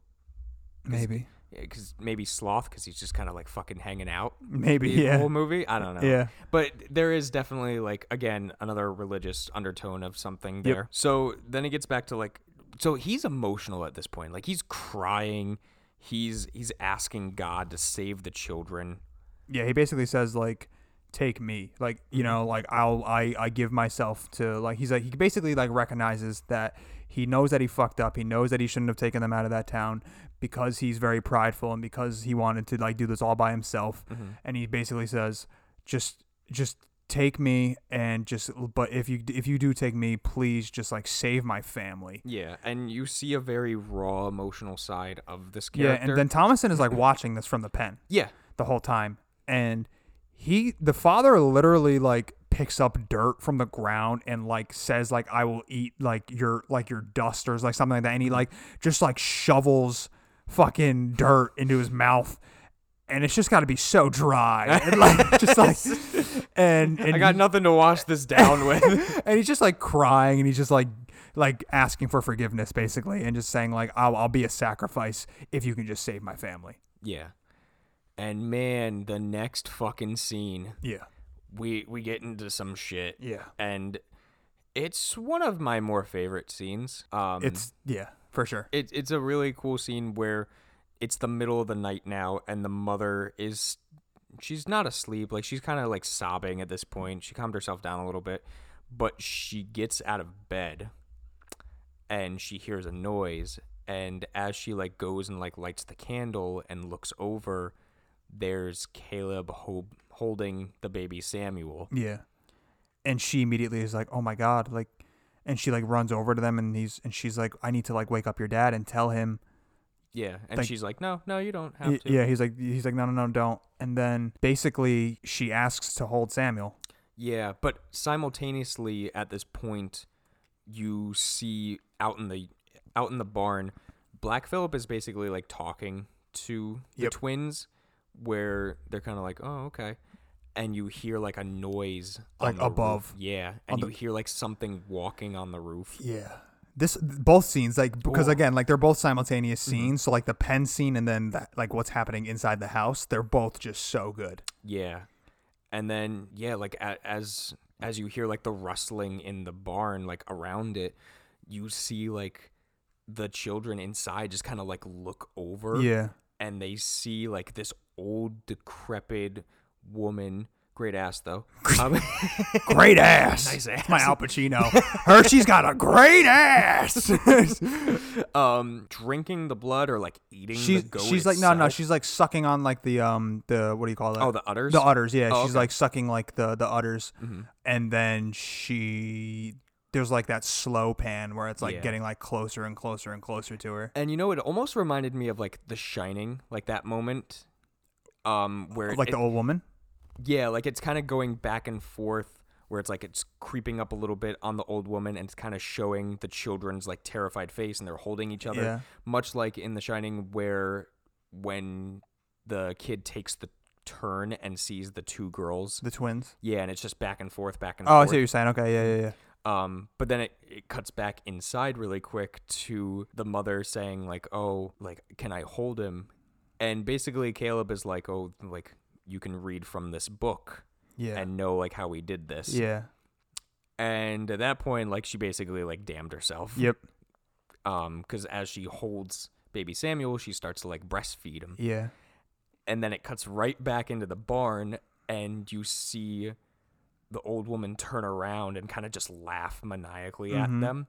Maybe,
Because maybe sloth, because he's just kind of like fucking hanging out.
maybe,
The
yeah,
whole movie, I don't know.
Yeah.
but there is definitely like again another religious undertone of something there. So then it gets back to like, so he's emotional at this point. Like he's crying. He's he's asking God to save the children.
yeah. He basically says like, "Take me," like you know, like I'll I I give myself to like he's like he basically like recognizes that he knows that he fucked up. He knows that he shouldn't have taken them out of that town because he's very prideful and because he wanted to like do this all by himself. And he basically says, "Just just." take me and just but if you if you do take me please just like save my family
Yeah, and you see a very raw emotional side of this
Yeah,
character.
and then Thomason is like watching this from the pen
yeah,
the whole time, and he, the father, literally like picks up dirt from the ground and like says like I will eat like your like your dusters like something like that, and he like just like shovels fucking dirt into his mouth. And it's just got to be so dry, and like just like, and and
I got nothing to wash this down with.
and he's just like crying and he's just like like asking for forgiveness basically and just saying like I'll, I'll be a sacrifice if you can just save my family
yeah, and man, the next fucking scene.
yeah
we we get into some shit.
Yeah.
And It's one of my more favorite scenes. Um,
It's yeah, for sure.
it, it's a really cool scene where it's the middle of the night now and the mother is she's not asleep like she's kind of like sobbing at this point she calmed herself down a little bit but she gets out of bed and she hears a noise and as she like goes and like lights the candle and looks over there's caleb ho- holding the baby samuel
Yeah. And she immediately is like, "Oh my god!" Like, and she like runs over to them, and he's and she's like, "I need to like wake up your dad and tell him."
yeah and
Thank-
she's like no no you don't have
Y-
to
Yeah, he's like, he's like, "No, no, no, don't." And then basically, she asks to hold Samuel.
Yeah, but simultaneously at this point, you see out in the out in the barn, Black Phillip is basically like talking to
Yep.
the twins, where they're kind of like, "Oh, okay," and you hear like a noise on
Like
the roof.
above.
Yeah, and you hear like something walking on the roof.
Yeah. This both scenes like because
Ooh. Mm-hmm.
again like they're both simultaneous scenes so like the pen scene and then that, like what's happening inside the house they're both just so good
Yeah, and then yeah, like a, as as you hear like the rustling in the barn, like around it, you see like the children inside just kind of like look over,
yeah
and they see like this old decrepit woman, great ass though. Um,
great ass
Nice ass.
my Al Pacino Hershey's got a great ass
um, drinking the blood or like eating
she's
the goat.
she's like no no
itself.
she's like sucking on like the um the what do you call that
oh the udders.
the udders yeah
Oh,
she's
okay. Mm-hmm.
like sucking like the the udders and then she there's like that slow pan where it's like
Yeah.
getting like closer and closer and closer to her
and you know, it almost reminded me of like The Shining, like that moment, um, where
like
it,
the old woman
Yeah, like it's kind of going back and forth where it's like it's creeping up a little bit on the old woman and it's kind of showing the children's like terrified face and they're holding each other.
Yeah.
Much like in The Shining where when the kid takes the turn and sees the two girls.
the twins
Yeah, and it's just back and forth, back and
oh I
forth.
see what you're saying okay yeah yeah yeah.
Um, but then it, it cuts back inside really quick to the mother saying like, "Oh, like can I hold him?" And basically Caleb is like, "Oh, like you can read from this book
Yeah.
Mm-hmm. and know like how we did this."
yeah.
And at that point, like she basically like damned herself.
Yep.
Um, because as she holds baby Samuel, she starts to like breastfeed him,
Yeah.
and then it cuts right back into the barn, and you see the old woman turn around and kind of just laugh maniacally
Mm-hmm.
at them.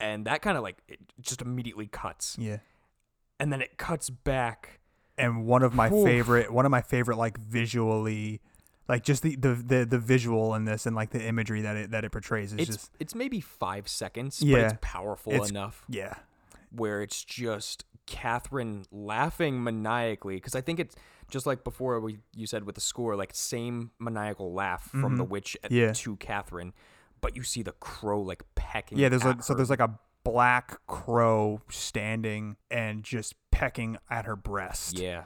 And that kind of like it just immediately cuts,
Yeah.
and then it cuts back.
And one of my
Oof.
favorite, one of my favorite, like visually, like just the the the, the visual in this and like the imagery that it that it portrays is
It's
just
it's maybe five seconds, but it's
Yeah.
powerful
It's-
enough.
yeah.
where it's just Catherine laughing maniacally because I think it's just like before we you said with the score, like same maniacal laugh from the witch at,
Mm-hmm. Yeah.
to Catherine, but you see the crow like pecking.
Yeah. There's
at
like so
her.
there's like a black crow standing and just pecking at her breast,
yeah,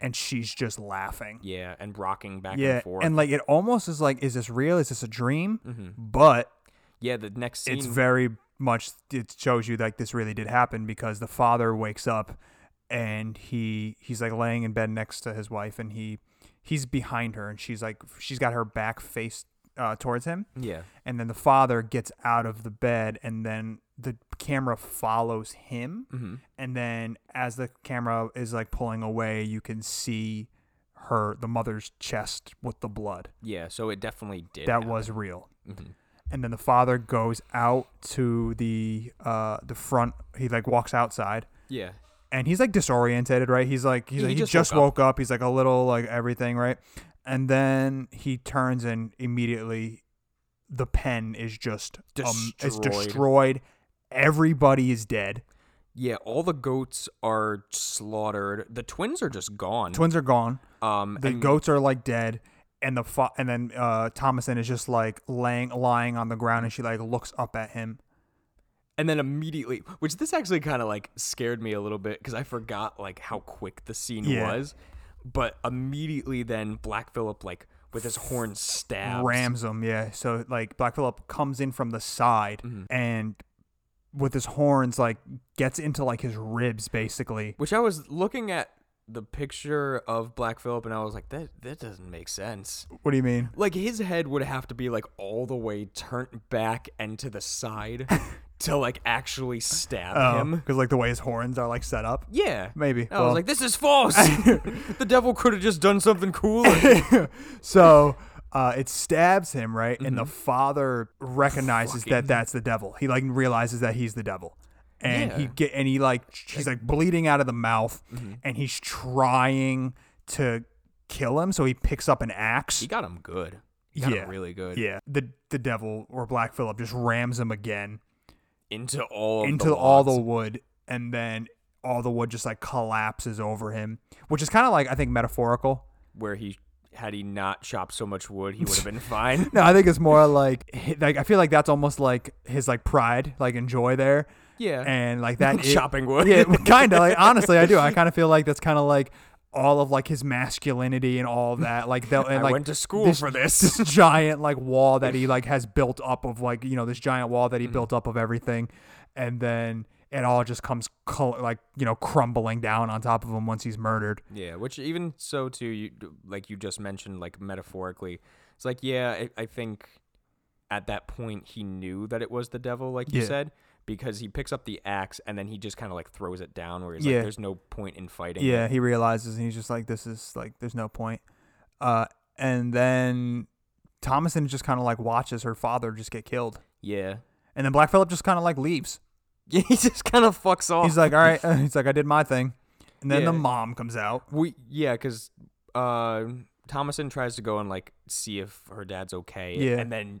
and she's just laughing.
yeah, and rocking back
Yeah,
and forth. Mm-hmm.
and like it almost is like, is this real? Is this a dream? But
yeah, the next scene,
it's very much it shows you like this really did happen because the father wakes up and he he's like laying in bed next to his wife and he he's behind her and she's like she's got her back faced uh, towards him
yeah,
and then the father gets out of the bed and then the camera follows him
Mm-hmm.
and then as the camera is like pulling away you can see her the mother's chest with the blood
yeah. So it definitely did. Mm-hmm.
that
happen.
was real. And then the father goes out to the uh the front. He like walks outside,
yeah,
and he's like disoriented, right? He's like he's
He
like,
just
he just woke
woke
up. He's like a little like everything, right? And then he turns and immediately the pen is just um, it's
Destroyed.
destroyed. Everybody is dead.
yeah. All the goats are slaughtered. The twins are just gone.
Twins are gone.
um,
The
Mm. and-
goats are like dead. And the fa- and then uh, Thomason is just like laying lying on the ground, and she like looks up at him.
and then immediately which this actually kind of like scared me a little bit because i forgot like how quick the scene
Yeah.
was but immediately then black phillip like with his horn stabs
rams him. Yeah. So like Black Phillip comes in from the side
Mm-hmm.
and with his horns like gets into like his ribs basically.
which i was looking at the picture of Black Phillip, and I was like, that that doesn't make sense.
What do you mean?
Like his head would have to be like all the way turned back and to the side to like actually stab him.
Because like the way his horns are like set up.
Yeah,
Oh. Maybe.
And I
Well-
was like, this is false. the devil could have just done something cooler.
So uh, it stabs him right, and the
Mm-hmm.
father recognizes that that's the devil. He like realizes that he's the devil. And he
Yeah. Mm-hmm.
get and he like he's like bleeding out of the mouth, and he's trying to kill him. So he picks up an axe.
He got him good. He got
Yeah.
him really good.
Yeah, the the devil or Black Phillip just rams him again
Into all of
into
the
all the
logs.
wood, and then all the wood just like collapses over him, which is kind of like I think metaphorical.
where he had he not chopped so much wood, he would have been fine.
No, I think it's more like hi- like I feel like that's almost like his like pride, like and joy there,
Yeah.
and like that it-
Chopping wood.
Yeah, kind of. Like honestly, I do. I kind of feel like that's kind of like all of like his masculinity and all that. Like that. And,
I
like,
went to school for this.
this giant like wall that he like has built up of like you know this giant wall
Mm-hmm.
that he built up of everything, and then it all just comes col- like you know crumbling down on top of him once he's murdered.
Yeah, which even so too, you like you just mentioned, like metaphorically, it's like yeah, I, I think at that point he knew that it was the devil, like you
Yeah.
said, because he picks up the axe and then he just kind of like throws it down, where he's
Yeah.
like, "There's no point in fighting."
Yeah, he realizes and he's just like, this is like, there's no point. Uh, and then Thomason just kind of like watches her father just get killed.
yeah,
And then Black Phillip just kind of like leaves.
yeah, he just kind of fucks off.
He's like, all right. he's like, I did my thing. And then the
Oh. Yeah.
mom comes out.
we yeah, because uh, Thomason tries to go and like see if her dad's okay,
Yeah.
and then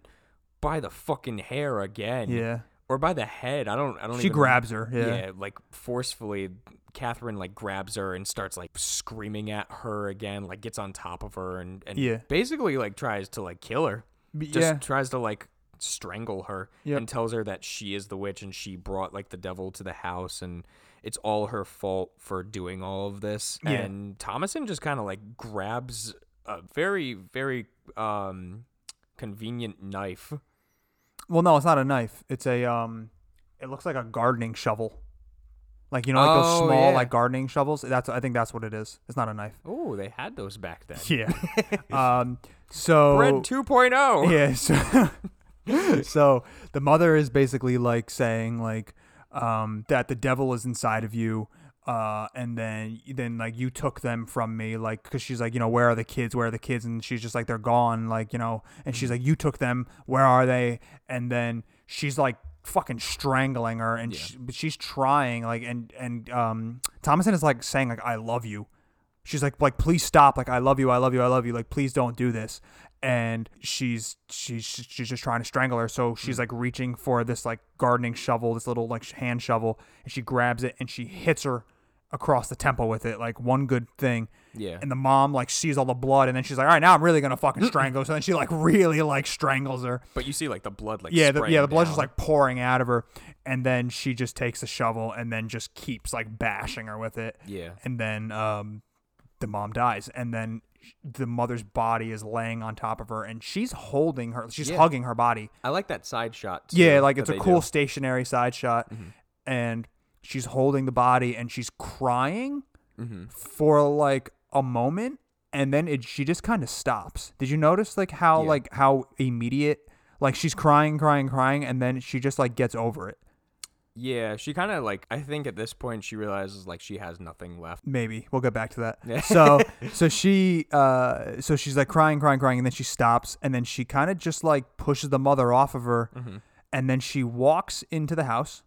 by the fucking hair again,
Yeah.
or by the head. I don't, I don't.
She
even-
grabs her.
yeah.
Yeah.
like forcefully catherine like grabs her and starts like screaming at her again like gets on top of her and, and
Yeah.
basically like tries to like kill her
B-
just
yeah.
tries to like strangle her
Yep.
and tells her that she is the witch and she brought like the devil to the house and it's all her fault for doing all of this
Yeah.
and thomason just kind of like grabs a very very um convenient knife
Well, no, it's not a knife. It's a, um, it looks like a gardening shovel. Like, you know, like those
Oh,
small,
yeah.
like gardening shovels. That's, I think that's what it is. It's not a knife.
oh they had those back then
Yeah. um, so.
bread oh. 2.0
Yeah. So, so the mother is basically like saying like um, that the devil is inside of you. Uh, and then, then like you took them from me, like, cause she's like, you know, where are the kids? Where are the kids? And she's just like, they're gone, like, you know. And she's like, you took them. Where are they? And then she's like, fucking strangling her, and she, but she's trying, like, and and um, Thomason is like saying like, I love you, she's like like please stop like i love you i love you i love you like please don't do this and she's she's she's just trying to strangle her so
Mm.
she's like reaching for this like gardening shovel this little like sh- hand shovel and she grabs it and she hits her across the temple with it like one good thing
yeah
and the mom like sees all the blood and then she's like all right now i'm really gonna fucking strangle her. so then she like really like strangles her
But you see, like the blood, like
yeah, the, yeah,
spraying
the blood's just
down.
like pouring out of her, and then she just takes the shovel and then just keeps like bashing her with it.
Yeah.
and then um, the mom dies, and then sh- the mother's body is laying on top of her, and she's holding her, she's
Yeah.
hugging her body.
I like that side shot. Too,
Yeah, like it's
that
a
they
cool
do. Mm-hmm.
stationary side shot, and she's holding the body and she's crying
Mm-hmm.
for like a moment, and then it she just kind of stops. Did you notice like how
Yeah.
like how immediate like she's crying, crying, crying, and then she just like gets over it.
Yeah, she kind of like. I think at this point she realizes like she has nothing left.
maybe we'll get back to that so so she uh so she's like crying crying crying and then she stops and then she kind of just like pushes the mother off of her and then she walks into the house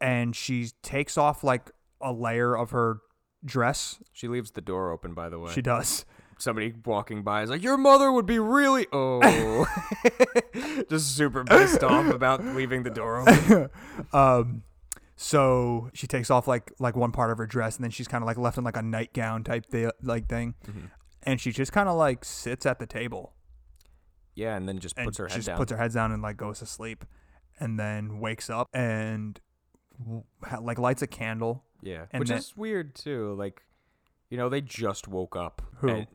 and she takes off like a layer of her dress
She leaves the door open. By the way,
she does
somebody walking by is like, "Your mother would be really oh," just super pissed off about leaving the door open.
um so she takes off like like one part of her dress and then she's kind of like left in like a nightgown type thi- like thing and she just kind of like sits at the table
Yeah, and then just
and
puts her head
just
down.
puts her head down and like goes to sleep, and then wakes up and w- ha- like lights a candle.
yeah,
and
which
then-
is weird too. Like, you know, they just woke up.
Who?
and,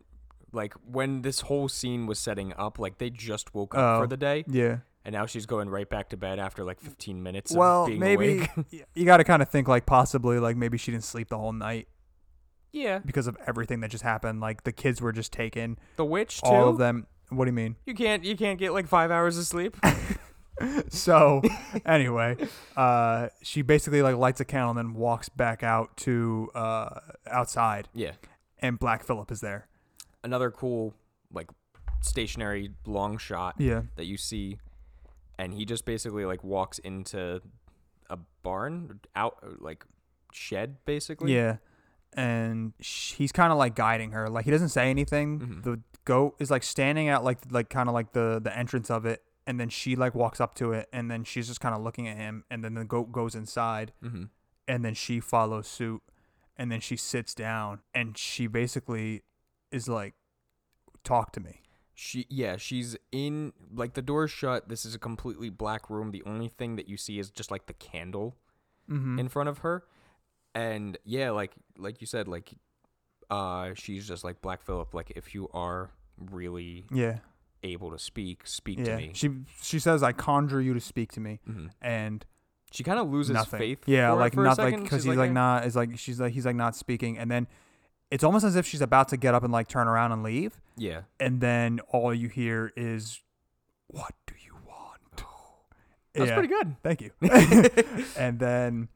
like when this whole scene was setting up, like they just woke up
Oh.
for the day.
Yeah.
and now she's going right back to bed after like 15 minutes of
well,
being
maybe
awake.
y- you got to kind of think like possibly like maybe she didn't sleep the whole night.
Yeah.
because of everything that just happened. Like the kids were just taken,
The Witch too.
all of them. What do you mean?
You can't you can't get like 5 hours of sleep.
So anyway, uh, she basically like lights a candle and then walks back out to uh, outside,
yeah.
and Black Phillip is there.
Another cool like stationary long shot
Yeah,
that you see and he just basically like walks into a barn out like shed basically.
yeah, and sh- he's kind of like guiding her. Like he doesn't say anything.
Mm-hmm.
The goat is like standing at like like kind of like the the entrance of it, and then she like walks up to it, and then she's just kind of looking at him, and then the goat goes inside,
Mhm.
and then she follows suit, and then she sits down, and she basically is like, "Talk to me."
She yeah, she's in like the door's shut. This is a completely black room. The only thing that you see is just like the candle
Mm-hmm.
in front of her. And yeah, like like you said, like uh she's just like Black Phillip, like if you are really
Yeah.
able to speak, speak to
Yeah.
me. She,
She she says, "I conjure you to speak to me,"
Mhm.
and
kind of loses
nothing.
faith.
Yeah,
for it
like
for a
not like
second.
because
She's
he's like,
"Eh."
not is like she's like he's like not speaking, and then it's almost as if she's about to get up and like turn around and leave,
Yeah,
and then all you hear is, "What do you want?"
that's
Yeah.
pretty good. Mm-hmm.
Thank you. and then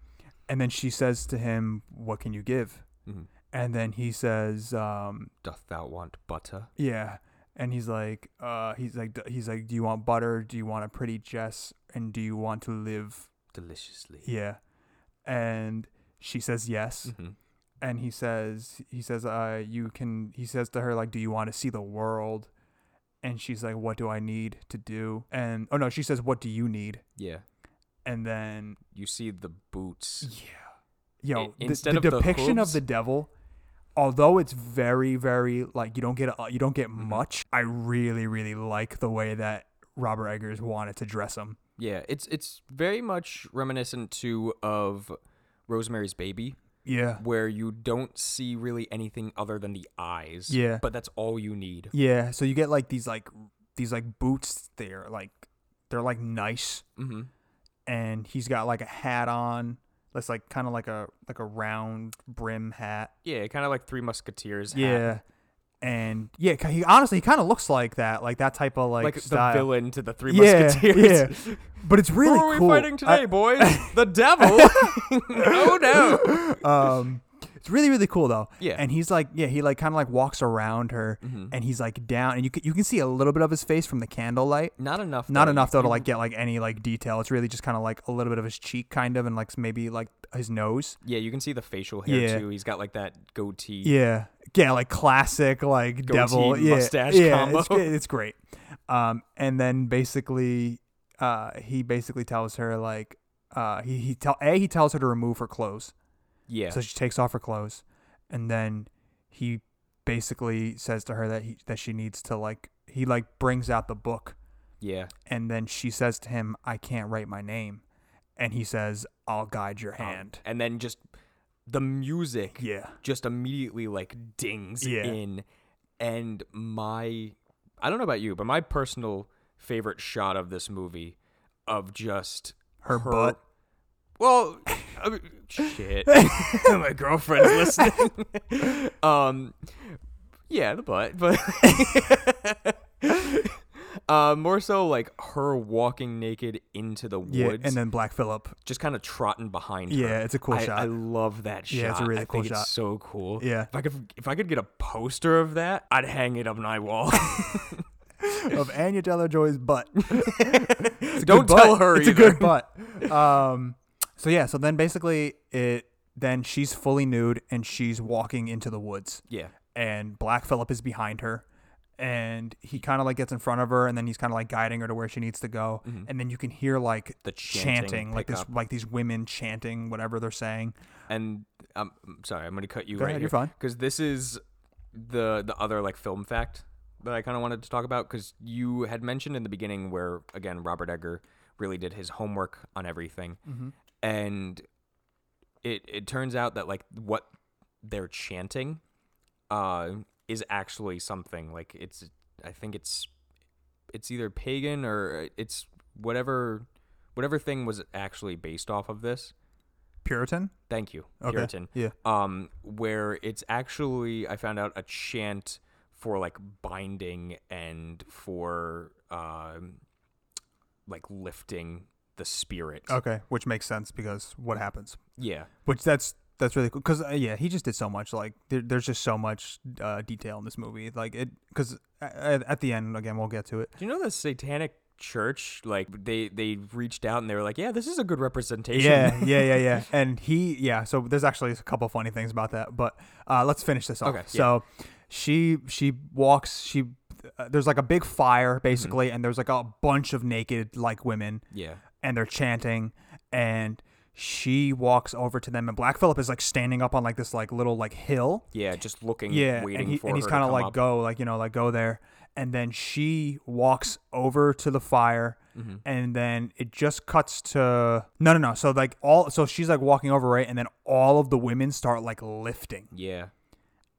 and then she says to him, "What can you give?"
Mhm.
And then he says, um,
Doth thou want butter?
Yeah. And he's like, uh, he's like, he's like, do you want butter? Do you want a pretty dress? And do you want to live?
Deliciously.
Yeah. And she says yes.
Mhm.
And he says, he says, uh, you can. He says to her like, do you want to see the world? And she's like, what do I need to do? And oh no, she says, what do you need?
Yeah.
And then
You see the boots.
yeah. Yo, the-
instead
the,
of the
depiction
hooves-
of the devil, although it's very, very like you don't get a, you don't get
Mm-hmm.
much. I really, really like the way that Robert Eggers wanted to dress him.
Yeah, it's it's very much reminiscent too of Rosemary's Baby,
Yeah,
where you don't see really anything other than the eyes.
Yeah.
But that's all you need.
yeah. So you get like these like these like boots. They're like they're like nice,
Mm-hmm.
and he's got like a hat on. That's like kind of like a like a round brim hat.
Yeah, kind of like Three Musketeers. hat.
Yeah. And yeah, he honestly he kind of looks like that, like that type of like,
Like
style.
the villain to the Three
Yeah,
Musketeers.
But it's really
Who are we
cool.
fighting
I-
today, boys? the devil. oh no.
um it's really really cool though
Yeah. Mm-hmm.
and he's like yeah he like kind of like walks around her and he's like down and you can, you can see a little bit of his face from the candlelight
Not enough.
not
though.
enough though to like get like any like detail it's really just kind of like a little bit of his cheek kind of and like maybe like his nose
Yeah, you can see the facial hair
Yeah.
too. He's got like that goatee.
yeah yeah like classic like devil yeah,
mustache
yeah
combo.
It's, it's great um and then basically uh he basically tells her like uh he, he tell a he tells her to remove her clothes
Yeah.
So she takes off her clothes, and then he basically says to her that he that she needs to like he like brings out the book,
yeah.
and then she says to him, "I can't write my name," and he says, "I'll guide your
Um,
hand."
and then just the music
yeah,
just immediately like dings
Yeah.
in and my I don't know about you, but my personal favorite shot of this movie of just
Her butt?
Well, I mean, shit. my girlfriend's listening. um yeah, the butt, but Uh, more so like her walking naked into the woods
yeah, and then Black Phillip.
just kind of trotting behind her.
Yeah, it's a cool
I,
shot.
I love that shot.
Yeah, it's a really
I
cool
think
shot.
It's so cool.
Yeah.
If I could, if I could get a poster of that, I'd hang it up my wall.
of Anya Taylor Joy's butt. It's a
Don't
good
tell
butt.
her
It's
either.
a good butt. Um, so yeah, so then basically it then she's fully nude and she's walking into the woods.
yeah.
and Black Phillip is behind her and he kind of like gets in front of her and then he's kind of like guiding her to where she needs to go and then you can hear like
The
chanting,
Mm-hmm. chanting
like
pick
this
up.
like these women chanting whatever they're saying
And um, I'm sorry, I'm going to cut you
Go
right
ahead,
here
you're fine.
because this is the the other like film fact that I kind of wanted to talk about because you had mentioned in the beginning where again Robert Edgar really did his homework on everything, and it it turns out that like what they're chanting uh is actually something like it's I think it's it's either pagan or it's whatever whatever thing was actually based off of this
Puritan.
Thank you,
Okay.
Puritan.
Yeah.
Um, where it's actually I found out a chant for like binding and for um, like lifting the spirit.
Okay, which makes sense because what happens?
Yeah.
Which that's that's really cool because uh, yeah, he just did so much. Like there, there's just so much uh, detail in this movie. Like it because at, at the end again we'll get to it.
Do you know the Satanic Church? Like they they reached out and they were like, yeah, this is a good representation.
Yeah, yeah, yeah, yeah. And he, yeah. So there's actually a couple funny things about that, but uh, let's finish this off.
Okay, yeah.
So she she walks. She uh, there's like a big fire
Mm-hmm.
basically, and there's like a bunch of naked like women,
yeah.
and they're chanting, and she walks over to them, and Black Phillip is like standing up on like this like little like hill.
Yeah, just looking,
Yeah,
Mm, waiting
and, he,
for
and he's
her to
kind of
come
like
up.
go like you know like go there, and then she walks over to the fire
Mm-hmm.
and then it just cuts to no no no so like all so she's like walking over right and then all of the women start like lifting
Yeah,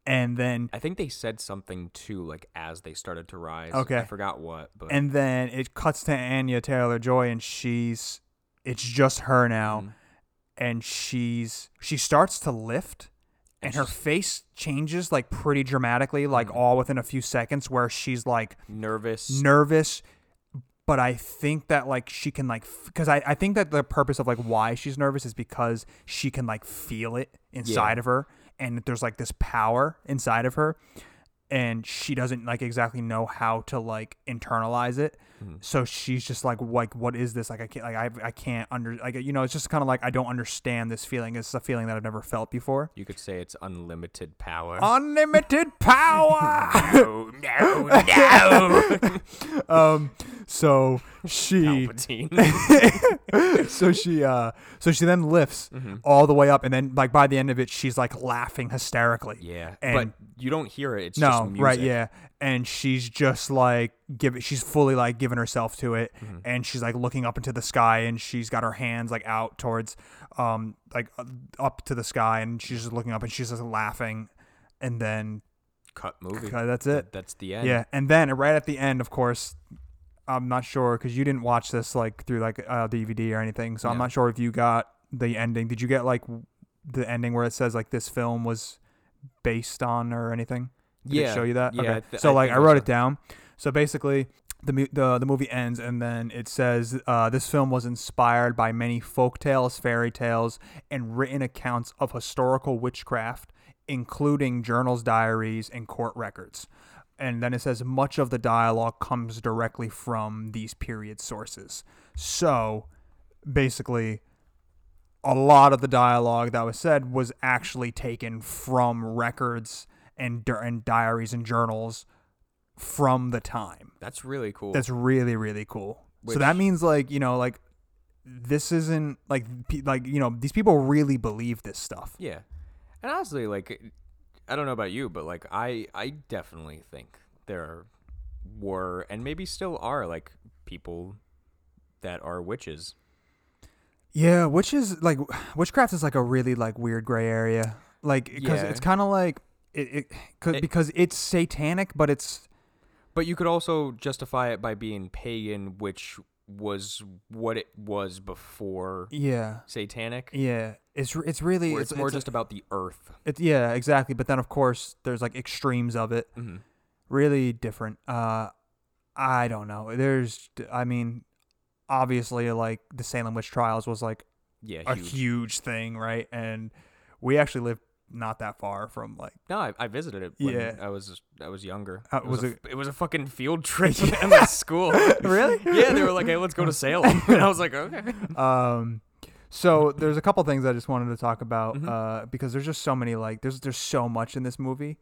and then
I think they said something too, like as they started to rise. I
Okay.
forgot what, but
and then it cuts to Anya Taylor Joy and she's it's just her now
Mm-hmm.
and she's she starts to lift and her face changes like pretty dramatically like
Mm-hmm.
all within a few seconds where she's like
nervous.
nervous but i think that like she can like because I, I think that the purpose of like why she's nervous is because she can like feel it inside of her and that there's like this power inside of her and she doesn't like exactly know how to like internalize it so she's just like like what is this like i can't like i, I can't under like you know it's just kind of like i don't understand this feeling it's a feeling that i've never felt before
you could say it's unlimited power.
Oh, unlimited power
no, no, no,
um so she
Palpatine.
so she uh so she then lifts
Mm-hmm.
all the way up and then like by the end of it she's like laughing hysterically
yeah, but
and
you don't hear it. It's just
no
music.
right yeah and she's just like give she's fully like giving herself to it
Mm-hmm.
and she's like looking up into the sky and she's got her hands like out towards um like uh, up to the sky and she's just looking up and she's just laughing and then
Cut movie.
uh, that's it
That's the end.
yeah, and then right at the end, of course, I'm not sure because you didn't watch this like through like a DVD or anything, so I'm
No.
not sure if you got the ending. Did you get like w- the ending where it says like this film was based on or anything? Did
Yeah,
it show you that?
yeah,
okay.
I th-
so
I
like
think
I
I
wrote
saw-
it down. So basically. The, mu- the, the movie ends and then it says uh, this film was inspired by many folk tales, fairy tales, and written accounts of historical witchcraft, including journals, diaries, and court records and then it says much of the dialogue comes directly from these period sources. So basically, a lot of the dialogue that was said was actually taken from records and, di- and diaries and journals from the time.
That's really cool.
That's really really cool.
Which-
so that means like you know like this isn't like pe- like you know these people really believe this stuff.
yeah, and honestly, like, I don't know about you, but like, I I definitely think there were and maybe still are like people that are witches.
Yeah, which is like witchcraft is like a really like weird gray area. Like because
Yeah.
it's kind of like it, it, 'cause-
It-
because it's satanic, but it's
But you could also justify it by being pagan, which was what it was before
yeah,
satanic.
yeah. It's re- it's really
where
it's,
it's, more
it's-
just about the earth.
it's- yeah exactly. But then of course there's like extremes of it.
Mhm.
Really different. Uh, I don't know. There's I mean, obviously like the Salem witch trials was like
Yeah,
a
huge.
huge thing, right? And we actually live not that far from like
no, I, I visited it when
Yeah.
I was I was younger.
How-
it was,
was
a, it was a fucking field trip in my school.
Really?
Yeah, they were like, "Hey, let's go to Salem," and I was like, "Okay."
um so there's a couple things I just wanted to talk about uh, because there's just so many like there's there's so much in this movie,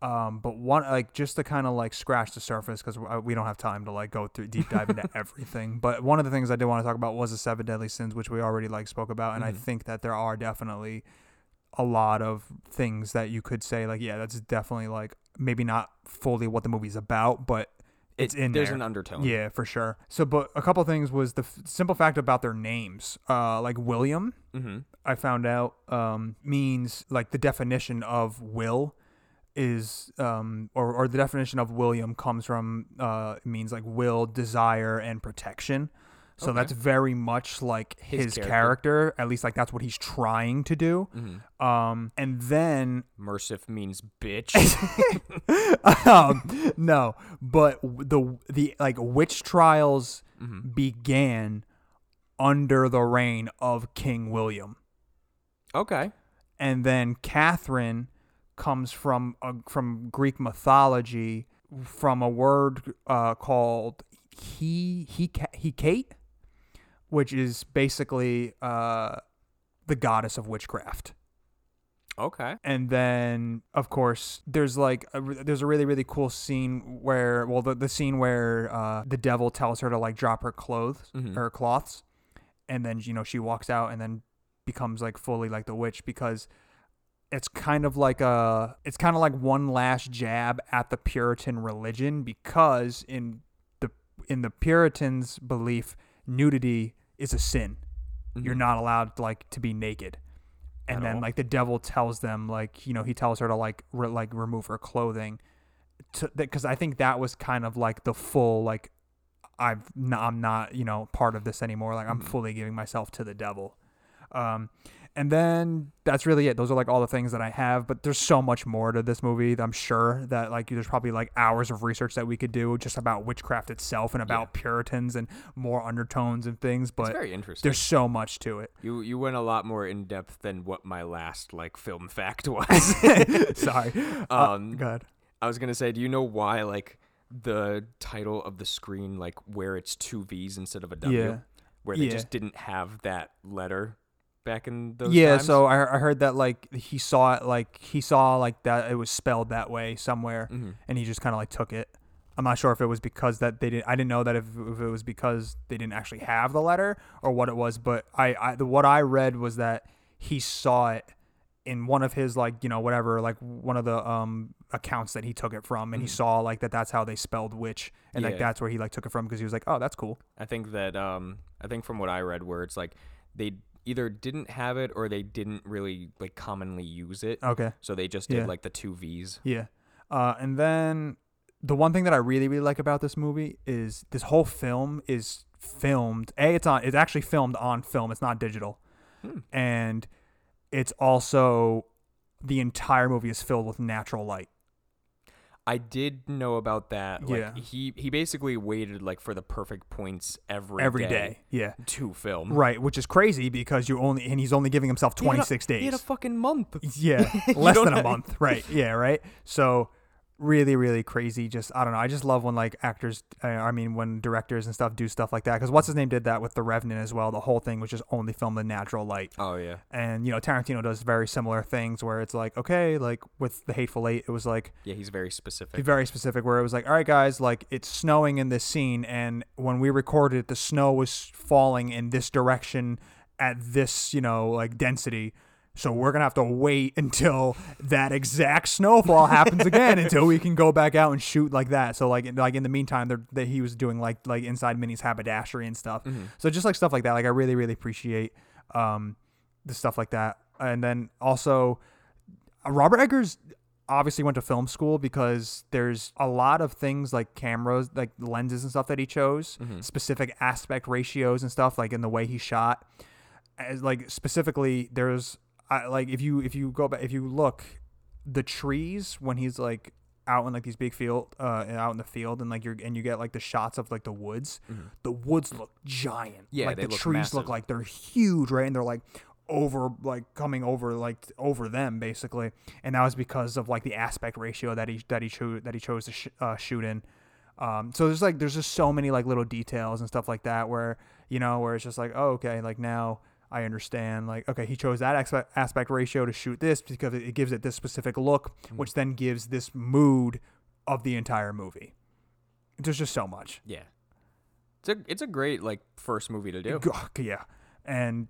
um, but one like just to kind of like scratch the surface because we don't have time to like go through deep dive into everything. But one of the things I did want to talk about was the seven deadly sins, which we already like spoke about, and I think that there are definitely a lot of things that you could say like yeah that's definitely like maybe not fully what the movie's about, but it's
It-
in
there's
there.
an undertone.
Yeah, for sure. So, but a couple things was the f- simple fact about their names, uh, like William.
hmm
I found out um, means like the definition of will is um, or, or the definition of William comes from uh, means like will, desire, and protection. So that's very much like
His
his,
character.
character. At least like that's what he's trying to do. Um, and then
Mercif Mm-hmm. means bitch.
um, no, but w- the the like witch trials
Mm-hmm.
began under the reign of King William,
okay.
and then Catherine comes from a, from Greek mythology from a word uh, called he he he Kate, which is basically uh, the goddess of witchcraft.
Okay.
and then of course there's like a, re- there's a really really cool scene where well the, the scene where uh, the devil tells her to like drop her clothes her cloths and then you know she walks out and then becomes like fully like the witch because it's kind of like a it's kind of like one last jab at the puritan religion because in the in the puritans belief nudity is a sin
Mm-hmm.
you're not allowed like to be naked and
At
then
all.
like the devil tells them like you know he tells her to like re- like remove her clothing because i think that was kind of like the full like i've n- i'm not you know part of this anymore like i'm
Mm.
fully giving myself to the devil um and then that's really it those are like all the things that i have but there's so much more to this movie that i'm sure that like there's probably like hours of research that we could do just about witchcraft itself and about puritans and more undertones and things but
It's very interesting.
there's so much to it
You you went a lot more in depth than what my last like film fact was.
Sorry.
Um,
God.
I was gonna say, do you know why like the title of the screen like where it's two V's instead of a W?
Yeah.
Where they
Yeah.
just didn't have that letter back in those
Yeah,
times?
so I, I heard that like he saw it like he saw like that it was spelled that way somewhere,
Mm-hmm.
and he just kind of like took it. I'm not sure if it was because that they didn't. I didn't know that if, if it was because they didn't actually have the letter or what it was. But I, I the, what I read was that he saw it in one of his like you know whatever like one of the um accounts that he took it from, and he saw like that that's how they spelled witch, and
Mm. Yeah.
like that's where he like took it from because he was like, oh, that's cool.
I think that um I think from what I read where it's like they either didn't have it or they didn't really like commonly use it.
Okay.
So they just did
Uh, Yeah.
like the two V's.
Yeah. Uh, and then the one thing that I really, really like about this movie is this whole film is filmed. A, it's on. It's actually filmed on film. It's not digital,
Hmm.
and it's also the entire movie is filled with natural light.
I did know about that. Like
Yeah.
he he basically waited like for the perfect points every Mm-hmm.
Every day. Yeah.
to film.
Right, which is crazy because you only and he's only giving himself
He had a-
26 days.
He had a fucking month.
Yeah, less
don't
than a
have-
month. Right. Yeah. Right. So really, really crazy. Just I don't know. I just love when like actors, uh, I mean, when directors and stuff do stuff like that. Because what's his name did that with The Revenant as well. The whole thing was just only filmed in natural light.
Oh yeah.
And you know, Tarantino does very similar things where it's like, okay, like with The Hateful Eight, it was like
Yeah, he's very specific.
very specific where it was like, all right, guys, like it's snowing in this scene, and when we recorded it, the snow was falling in this direction at this, you know, like density. So we're gonna have to wait until that exact snowfall happens again until we can go back out and shoot like that. So like in- like in the meantime, they're- that he was doing like like inside Minnie's haberdashery and stuff. So just like stuff like that, like I really really appreciate um the stuff like that. And then also uh, Robert Eggers obviously went to film school because there's a lot of things like cameras, like lenses and stuff that he chose, specific aspect ratios and stuff, like in the way he shot. As, like specifically, there's I, like if you if you go back if you look, the trees when he's like out in like these big field uh and out in the field and like you're and you get like the shots of like the woods the woods look giant
Mm-hmm. Yeah,
like
they
the
look
trees
massive.
look like they're huge right and they're like over like coming over like over them basically and that was because of like the aspect ratio that he that he chose that he chose to sh- uh, shoot in um so there's like there's just so many like little details and stuff like that where you know where it's just like oh okay like now i understand like okay he chose that aspect, aspect ratio to shoot this because it, it gives it this specific look which then gives this mood of the entire movie there's just so much
yeah. It's a it's a great like first movie to do.
Ugh, oh, yeah and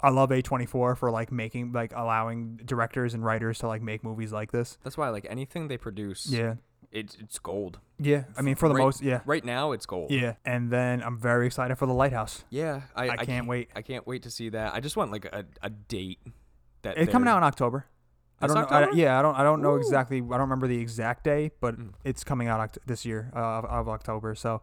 i love a24 for like making like allowing directors and writers to like make movies like this
That's why like anything they produce,
yeah
it's it's gold.
yeah i mean for the
Right-
most yeah
Right now it's gold.
yeah and then i'm very excited for the lighthouse
Yeah, I,
I can't wait.
I can't wait to see that. I just want like a, a date that
it's coming
they're-
out in october I
It's
don't know. I,
October?
yeah, I don't. I don't know
Ooh. Mm.
exactly. I don't remember the exact day, but it's coming out oct- this year uh, of, of October. So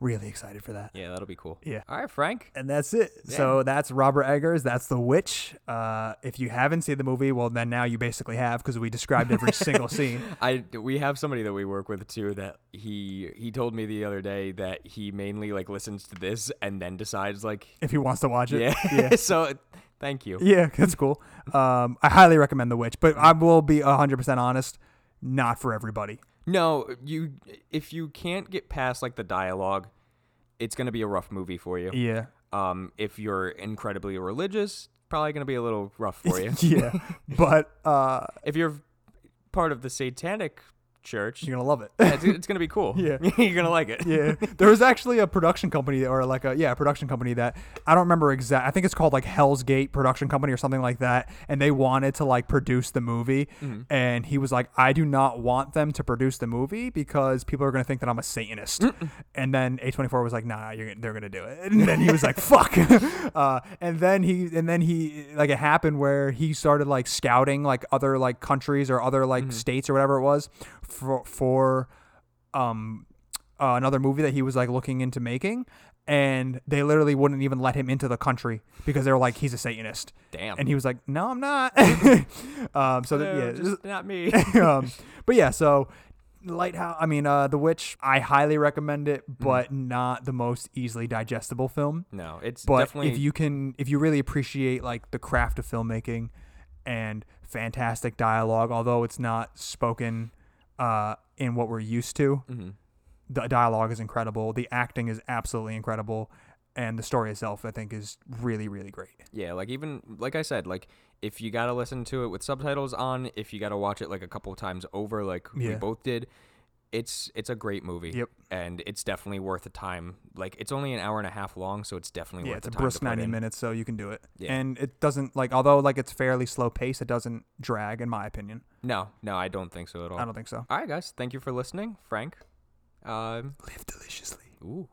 really excited for that.
Yeah, that'll be cool.
Yeah.
All right, Frank.
And that's it. So that's Robert Eggers. That's The Witch. Uh, if you haven't seen the movie, well, then now you basically have because we described every single scene.
I we have somebody that we work with too that he he told me the other day that he mainly like listens to this and then decides like
If he wants to watch it,
yeah.
yeah.
so thank you.
Yeah, that's cool. Um, I highly recommend The Witch,
Mm.
but I will be 100% honest, not for everybody.
No, you if you can't get past like the dialogue, it's going to be a rough movie for you.
Yeah.
Um if you're incredibly religious, probably going to be a little rough for you.
yeah. But uh,
if you're part of the satanic church,
you're going to love it.
it's, it's going to be cool.
Yeah.
you're going to like it.
yeah. There was actually a production company or like a yeah, a production company that I don't remember exact I think it's called like Hell's Gate production company or something like that and they wanted to like produce the movie and he was like I do not want them to produce the movie because people are going to think that I'm a satanist. And then A24 was like nah, you're gonna- they're going to do it. And then he was like fuck. Uh, and then he and then he like it happened where he started like scouting like other like countries or other like states or whatever it was for for um uh, another movie that he was like looking into making and they literally wouldn't even let him into the country because they were like he's a satanist
Damn.
and he was like no i'm not um so that,
No,
yeah
just not me.
um, but yeah, so Lighthouse. I mean, uh, The Witch. I highly recommend it, but not the most easily digestible film.
no, it's
But
definitely
if you can, if you really appreciate like the craft of filmmaking and fantastic dialogue, although it's not spoken uh, in what we're used to,
mm-hmm.
the dialogue is incredible. The acting is absolutely incredible. And the story itself, I think, is really, really great.
Yeah, like even like I said, like if you gotta listen to it with subtitles on, if you gotta watch it like a couple of times over, like we
Yeah.
both did, it's it's a great movie.
Yep.
And it's definitely worth the time. Like it's only an hour and a half long, so it's definitely
Yeah, it's
worth the
a
time.
brisk
to put
90
in.
minutes, so you can do it.
Yeah.
And it doesn't, like, although, like, it's fairly slow pace, it doesn't drag, in my opinion.
No, no, I don't think so at all.
I don't think so.
All right, guys, thank you for listening, Frank. Um,
Live deliciously.
ooh.